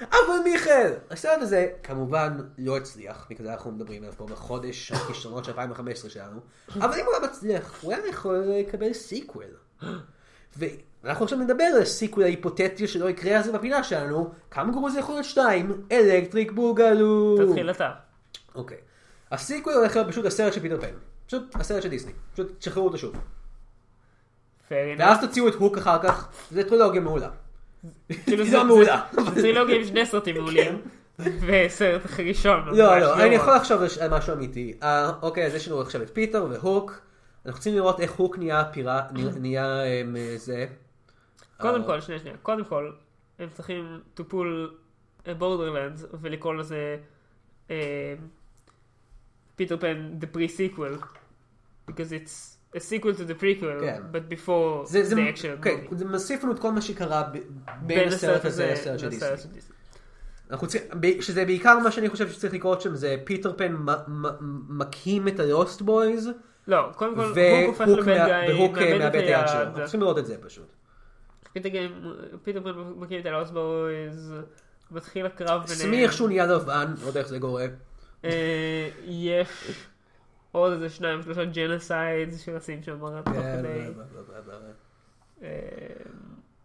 Speaker 1: אבל מיכאל, הסרט הזה כמובן לא הצליח, בגלל זה אנחנו מדברים עליו פה בחודש הכישרונות של 2015 שלנו, אבל אם הוא היה מצליח, הוא היה יכול לקבל סיקוול. ואנחנו עכשיו נדבר על הסיקוול ההיפותטי שלא יקרה אז בפינה שלנו, כמה גרוע זה יכול להיות שתיים, אלקטריק בוגלו.
Speaker 2: תתחיל אתה.
Speaker 1: אוקיי. הסיקוול הולך להיות פשוט הסרט של פיטר פן. פשוט הסרט של דיסני. פשוט תשחררו אותו שוב.
Speaker 2: Fair enough.
Speaker 1: ואז תוציאו את הוק אחר כך, זה טרילוגיה מעולה. (laughs)
Speaker 2: כאילו
Speaker 1: זה
Speaker 2: זה-
Speaker 1: מעולה.
Speaker 2: זה- זה טרילוגיה עם שני סרטים מעולים. (laughs) וסרט ראשון.
Speaker 1: לא,
Speaker 2: ממש
Speaker 1: לא, אני
Speaker 2: רע.
Speaker 1: יכול לחשוב על ש- על משהו אמיתי. אה, אוקיי, אז יש לנו עכשיו את פיטר והוק. אנחנו רוצים לראות איך הוק נהיה פירה, נהיה אמ, זה.
Speaker 2: קודם
Speaker 1: אה,
Speaker 2: כל, שנייה, שנייה. קודם כל, הם צריכים to pull a borderlands ולקרוא לזה אה, פיטר פן the pre-sequel. because it's a sequel to the prequel,
Speaker 1: כן.
Speaker 2: but before
Speaker 1: זה- זה-
Speaker 2: the action.
Speaker 1: כן,
Speaker 2: movie.
Speaker 1: זה מוסיף לנו את כל מה שקרה ב- בין הסרט הזה לסרט של דיסני.
Speaker 2: דיסני.
Speaker 1: אנחנו צריכים, ב- שזה בעיקר מה שאני חושב שצריך לקרות שם, זה פיטר פן מ- מ- מקים את הלוסט בויז,
Speaker 2: לא, קודם כל, הוק הופך
Speaker 1: והוק
Speaker 2: לבן
Speaker 1: מה-
Speaker 2: גיא,
Speaker 1: והוק, אה,
Speaker 2: מאבד את
Speaker 1: היד שלו. אנחנו
Speaker 2: היד.
Speaker 1: צריכים לראות את זה פשוט.
Speaker 2: פיטר גן- פיטר פן מקים את הלאוס בויז, מתחיל הקרב ביניהם.
Speaker 1: סמי איכשהו נהיה לבן, לא יודע איך זה גורם.
Speaker 2: אה, יש עוד איזה שניים שלושה ג'נסיידס שעושים שם תוך
Speaker 1: כן,
Speaker 2: כדי.
Speaker 1: לא, לא, לא, לא, לא.
Speaker 2: אה,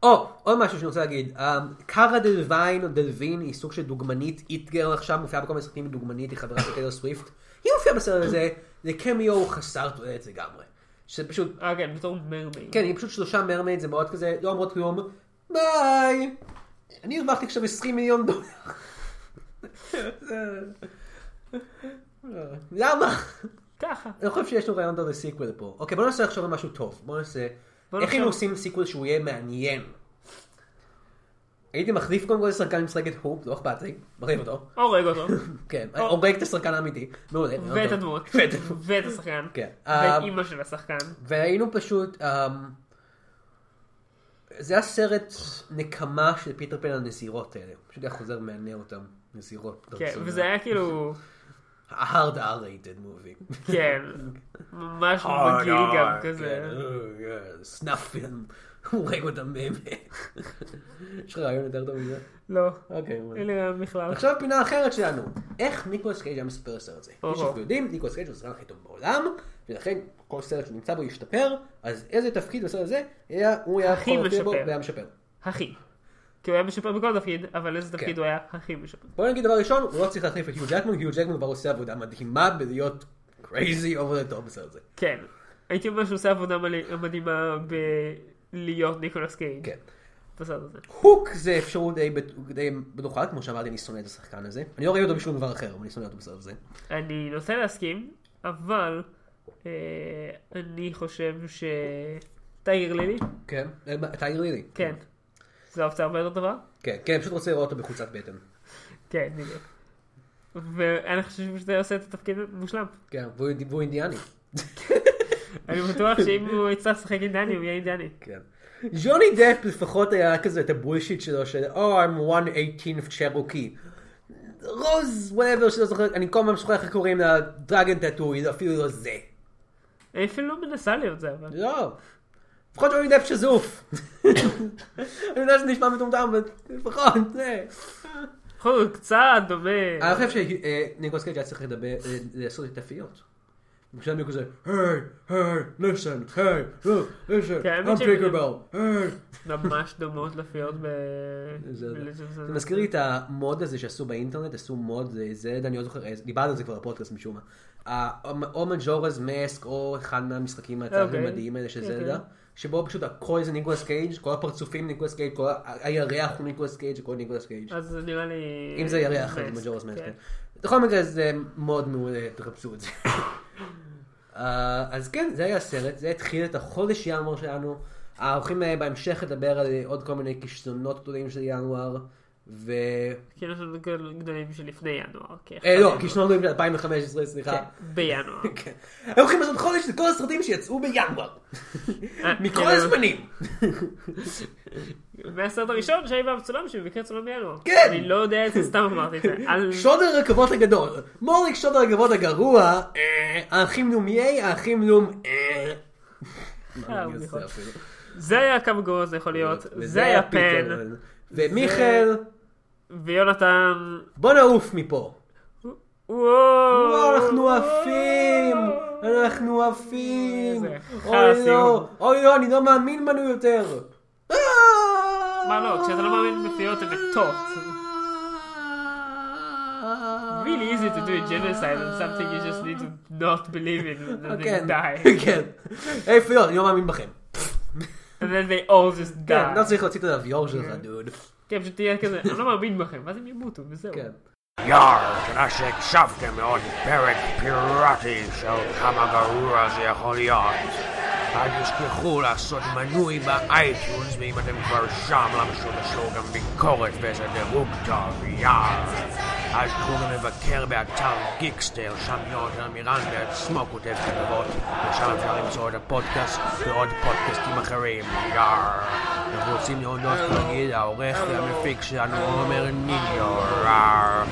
Speaker 1: או, עוד משהו שאני רוצה להגיד, אה, קארה דלווין או דלווין היא סוג של דוגמנית איטגר עכשיו, מופיעה בכל מיני סרטים עם דוגמנית, היא חברה של טיילר סוויפט, היא מופיעה בסרט הזה, זה קמיו חסר תועלת לגמרי. שפשוט,
Speaker 2: אה כן, בתור מרמי.
Speaker 1: כן, היא פשוט שלושה מרמייד, זה מאוד כזה, לא אומרות כלום, ביי! אני הרווחתי עכשיו 20 מיליון דולר. זה- למה?
Speaker 2: ככה.
Speaker 1: אני חושב שיש לו רעיון טוב לסיקוול פה. אוקיי, בוא נעשה עכשיו משהו טוב. בוא נעשה...
Speaker 2: בוא
Speaker 1: איך
Speaker 2: נעשה-
Speaker 1: היינו עושים סיקוול שהוא יהיה מעניין? הייתי מחליף קודם כל שחקן עם שחקת הופ, לא אכפת לי, מחליף אותו.
Speaker 2: הורג
Speaker 1: (laughs)
Speaker 2: אותו.
Speaker 1: כן,
Speaker 2: או-
Speaker 1: הורג את השחקן האמיתי. מעולה. רעיון
Speaker 2: ואת
Speaker 1: טוב.
Speaker 2: הדמות.
Speaker 1: לא (laughs) ואת הדמות.
Speaker 2: ואת השחקן.
Speaker 1: כן. אה,
Speaker 2: ואת אימא של השחקן.
Speaker 1: והיינו פשוט... אמ, זה היה סרט נקמה של פיטר פן על נזירות האלה. פשוט היה חוזר מענה אותם, נזירות. לא
Speaker 2: כן, וזה היה
Speaker 1: (laughs)
Speaker 2: כאילו,
Speaker 1: ה-hard R-rated movie.
Speaker 2: כן, ממש
Speaker 1: Oh
Speaker 2: מגעיל גם כזה.
Speaker 1: כן, אה? סנאפ פילם, הוא הורג אותם באמת. יש לך רעיון יותר טוב מזה?
Speaker 2: לא,
Speaker 1: אוקיי. מעולה.
Speaker 2: אין לי רעיון בכלל.
Speaker 1: עכשיו פינה אחרת שלנו, איך ניקולס קייג' היה מספר סרט זה. כפי
Speaker 2: אוהו.
Speaker 1: שאנחנו יודעים, ניקולס קייג' הוא הסרט הכי טוב בעולם, ולכן כל סרט שנמצא בו ישתפר, אז איזה תפקיד בסרט הזה, היה- הוא היה
Speaker 2: הכי
Speaker 1: יכול להופיע בו
Speaker 2: משפר.
Speaker 1: והיה משפר.
Speaker 2: הכי. כי הוא היה משפר בכל תפקיד, אבל איזה תפקיד
Speaker 1: כן.
Speaker 2: הוא היה הכי משפר.
Speaker 1: בוא נגיד דבר ראשון, הוא לא צריך להחליף את היו ג'קמן, היו ג'קמן כבר עושה עבודה מדהימה בלהיות crazy over the top בסרט הזה.
Speaker 2: כן. הייתי אומר שהוא עושה עבודה מלא- מדהימה בלהיות ניקולס קייג.
Speaker 1: כן.
Speaker 2: בסרט הזה.
Speaker 1: הוק זה אפשרות די, בט- די בטוחה, כמו שאמרתי, אני שונא את השחקן הזה. אני לא ראיתי אותו בשום דבר אחר, אבל אני שונא אותו בסרט הזה.
Speaker 2: אני נוטה להסכים, אבל אה, אני חושב ש... טייגר לילי?
Speaker 1: כן? אה, מה, אתה העיר לי.
Speaker 2: כן. זו האופציה הרבה יותר טובה?
Speaker 1: כן, כן, פשוט רוצה לראות אותו בחולצת בטן.
Speaker 2: כן, בדיוק. ואני חושב שזה עושה את התפקיד מושלם.
Speaker 1: כן, והוא, והוא אינדיאני.
Speaker 2: אני בטוח שאם הוא יצטרך לשחק אינדיאני, הוא יהיה אינדיאני.
Speaker 1: כן. ג'וני דפ לפחות היה כזה את הבולשיט שלו של Oh, I'm 118 צ'רוקי. רוז, וואטאבר שלא זוכר, אני כל הזמן שוכח איך קוראים לה דרגן טאטו, היא אפילו לא זה.
Speaker 2: אני אפילו לא מנסה להיות זה, אבל...
Speaker 1: לא. לפחות ג'וני דפ (laughs) שזוף. אני יודע שזה נשמע מטומטם, אבל לפחות זה.
Speaker 2: בכל זאת, קצת דומה.
Speaker 1: אני לא חושב שניקולס קייג' היה צריך לדבר, אה, לעשות את הפיות. למשל מי כזה, היי, היי, ליסן, היי, לא, ליסן,
Speaker 2: כן, האמת
Speaker 1: I'm
Speaker 2: ש-
Speaker 1: פיקרבל, היי.
Speaker 2: ממש דומות לפיות ב...
Speaker 1: זה-
Speaker 2: ב-
Speaker 1: זה מזכיר לי את המוד הזה שעשו באינטרנט, עשו מוד, אה, זה, אני לא זוכר, איזה- דיברנו על זה כבר בפודקאסט משום מה. ה- או מג'ורז מסק, או אחד מהמשחקים התלת-ממדיים האלה של
Speaker 2: אוקיי.
Speaker 1: זלדה, שבו פשוט הכל זה ניקולס קייג', כל הפרצופים ניקולס קייג', כל ה- הירח הוא ניקולס קייג', הכל ניקולס קייג'.
Speaker 2: אז זה נראה לי...
Speaker 1: אם זה ירח, אז
Speaker 2: מסק,
Speaker 1: מג'ורס מאסק.
Speaker 2: כן.
Speaker 1: בכל מקרה זה מאוד מעולה, תחפשו את זה. (laughs) אה, אז כן, זה היה הסרט, זה התחיל את החודש ינואר שלנו. אה, הולכים אה, בהמשך לדבר על אה, עוד כל מיני כישלונות גדולים של ינואר. ו...
Speaker 2: כאילו יש לנו גדול- גדולים שלפני ינואר. כי
Speaker 1: אה,
Speaker 2: אחד
Speaker 1: לא,
Speaker 2: ינואר.
Speaker 1: כישלונות גדולים של 2015, סליחה.
Speaker 2: כן, בינואר.
Speaker 1: כן. הם הולכים לעשות חודש לכל הסרטים שיצאו בינואר.
Speaker 2: אה,
Speaker 1: מכל
Speaker 2: כאילו,
Speaker 1: הזמנים.
Speaker 2: מהסרט הראשון שהיה באבצלום שבמקרה צולם בינואר.
Speaker 1: כן.
Speaker 2: אני לא יודע את זה, סתם אמרתי את
Speaker 1: (laughs)
Speaker 2: זה. אל-
Speaker 1: שוד הרכבות הגדול. מוריק שוד הרכבות הגרוע. אה, האחים לומיי, האחים לום... אה. מה אני עושה
Speaker 2: בדיחות.
Speaker 1: אפילו?
Speaker 2: זה היה כמה גרוע זה יכול להיות. זה היה פן.
Speaker 1: ומיכאל,
Speaker 2: ויונתן...
Speaker 1: בוא נעוף מפה.
Speaker 2: וואו,
Speaker 1: וואו, אנחנו עפים! אנחנו עפים!
Speaker 2: איזה
Speaker 1: אוי
Speaker 2: חס,
Speaker 1: לא!
Speaker 2: יום.
Speaker 1: אוי לא, אני לא מאמין בנו יותר!
Speaker 2: מה לא, כשאתה לא מאמין בפיות הן מתות. Really easy to do a genocide on something you just need to not believe in and then
Speaker 1: (laughs) כן,
Speaker 2: they die.
Speaker 1: כן. היי פיות, אני לא מאמין בכם.
Speaker 2: And then they all just
Speaker 1: כן,
Speaker 2: die.
Speaker 1: לא צריך להוציא את הלוויור שלך, דוד.
Speaker 2: כן, פשוט תהיה כזה, אני לא מאמין בכם, ואז הם ימותו, וזהו.
Speaker 1: כן.
Speaker 4: Yar, Knasek Shavke Meod Perek Pirati של כמה גרוע זה יכול להיות. אל תשכחו לעשות מנוי באייטיונס, ואם אתם כבר שם, למה שלא תשאירו גם ביקורת ואיזה דירוג טוב, יאר. אל תוכלו גם לבקר באתר גיקסטר, שם יונתן מירן בעצמו כותב כתבות, ושם אפשר למצוא את הפודקאסט ועוד פודקאסטים אחרים, יאר. אנחנו רוצים להודות כרגיל העורך והמפיק שלנו, עומר ניניו, יאר.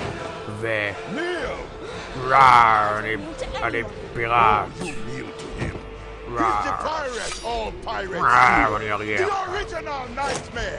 Speaker 4: ו... רער, אני... אני פיראט.
Speaker 5: Yield to him. He's the
Speaker 4: רער.
Speaker 5: pirate, all pirates.
Speaker 4: רער, אני אריה.
Speaker 5: The original nightmare.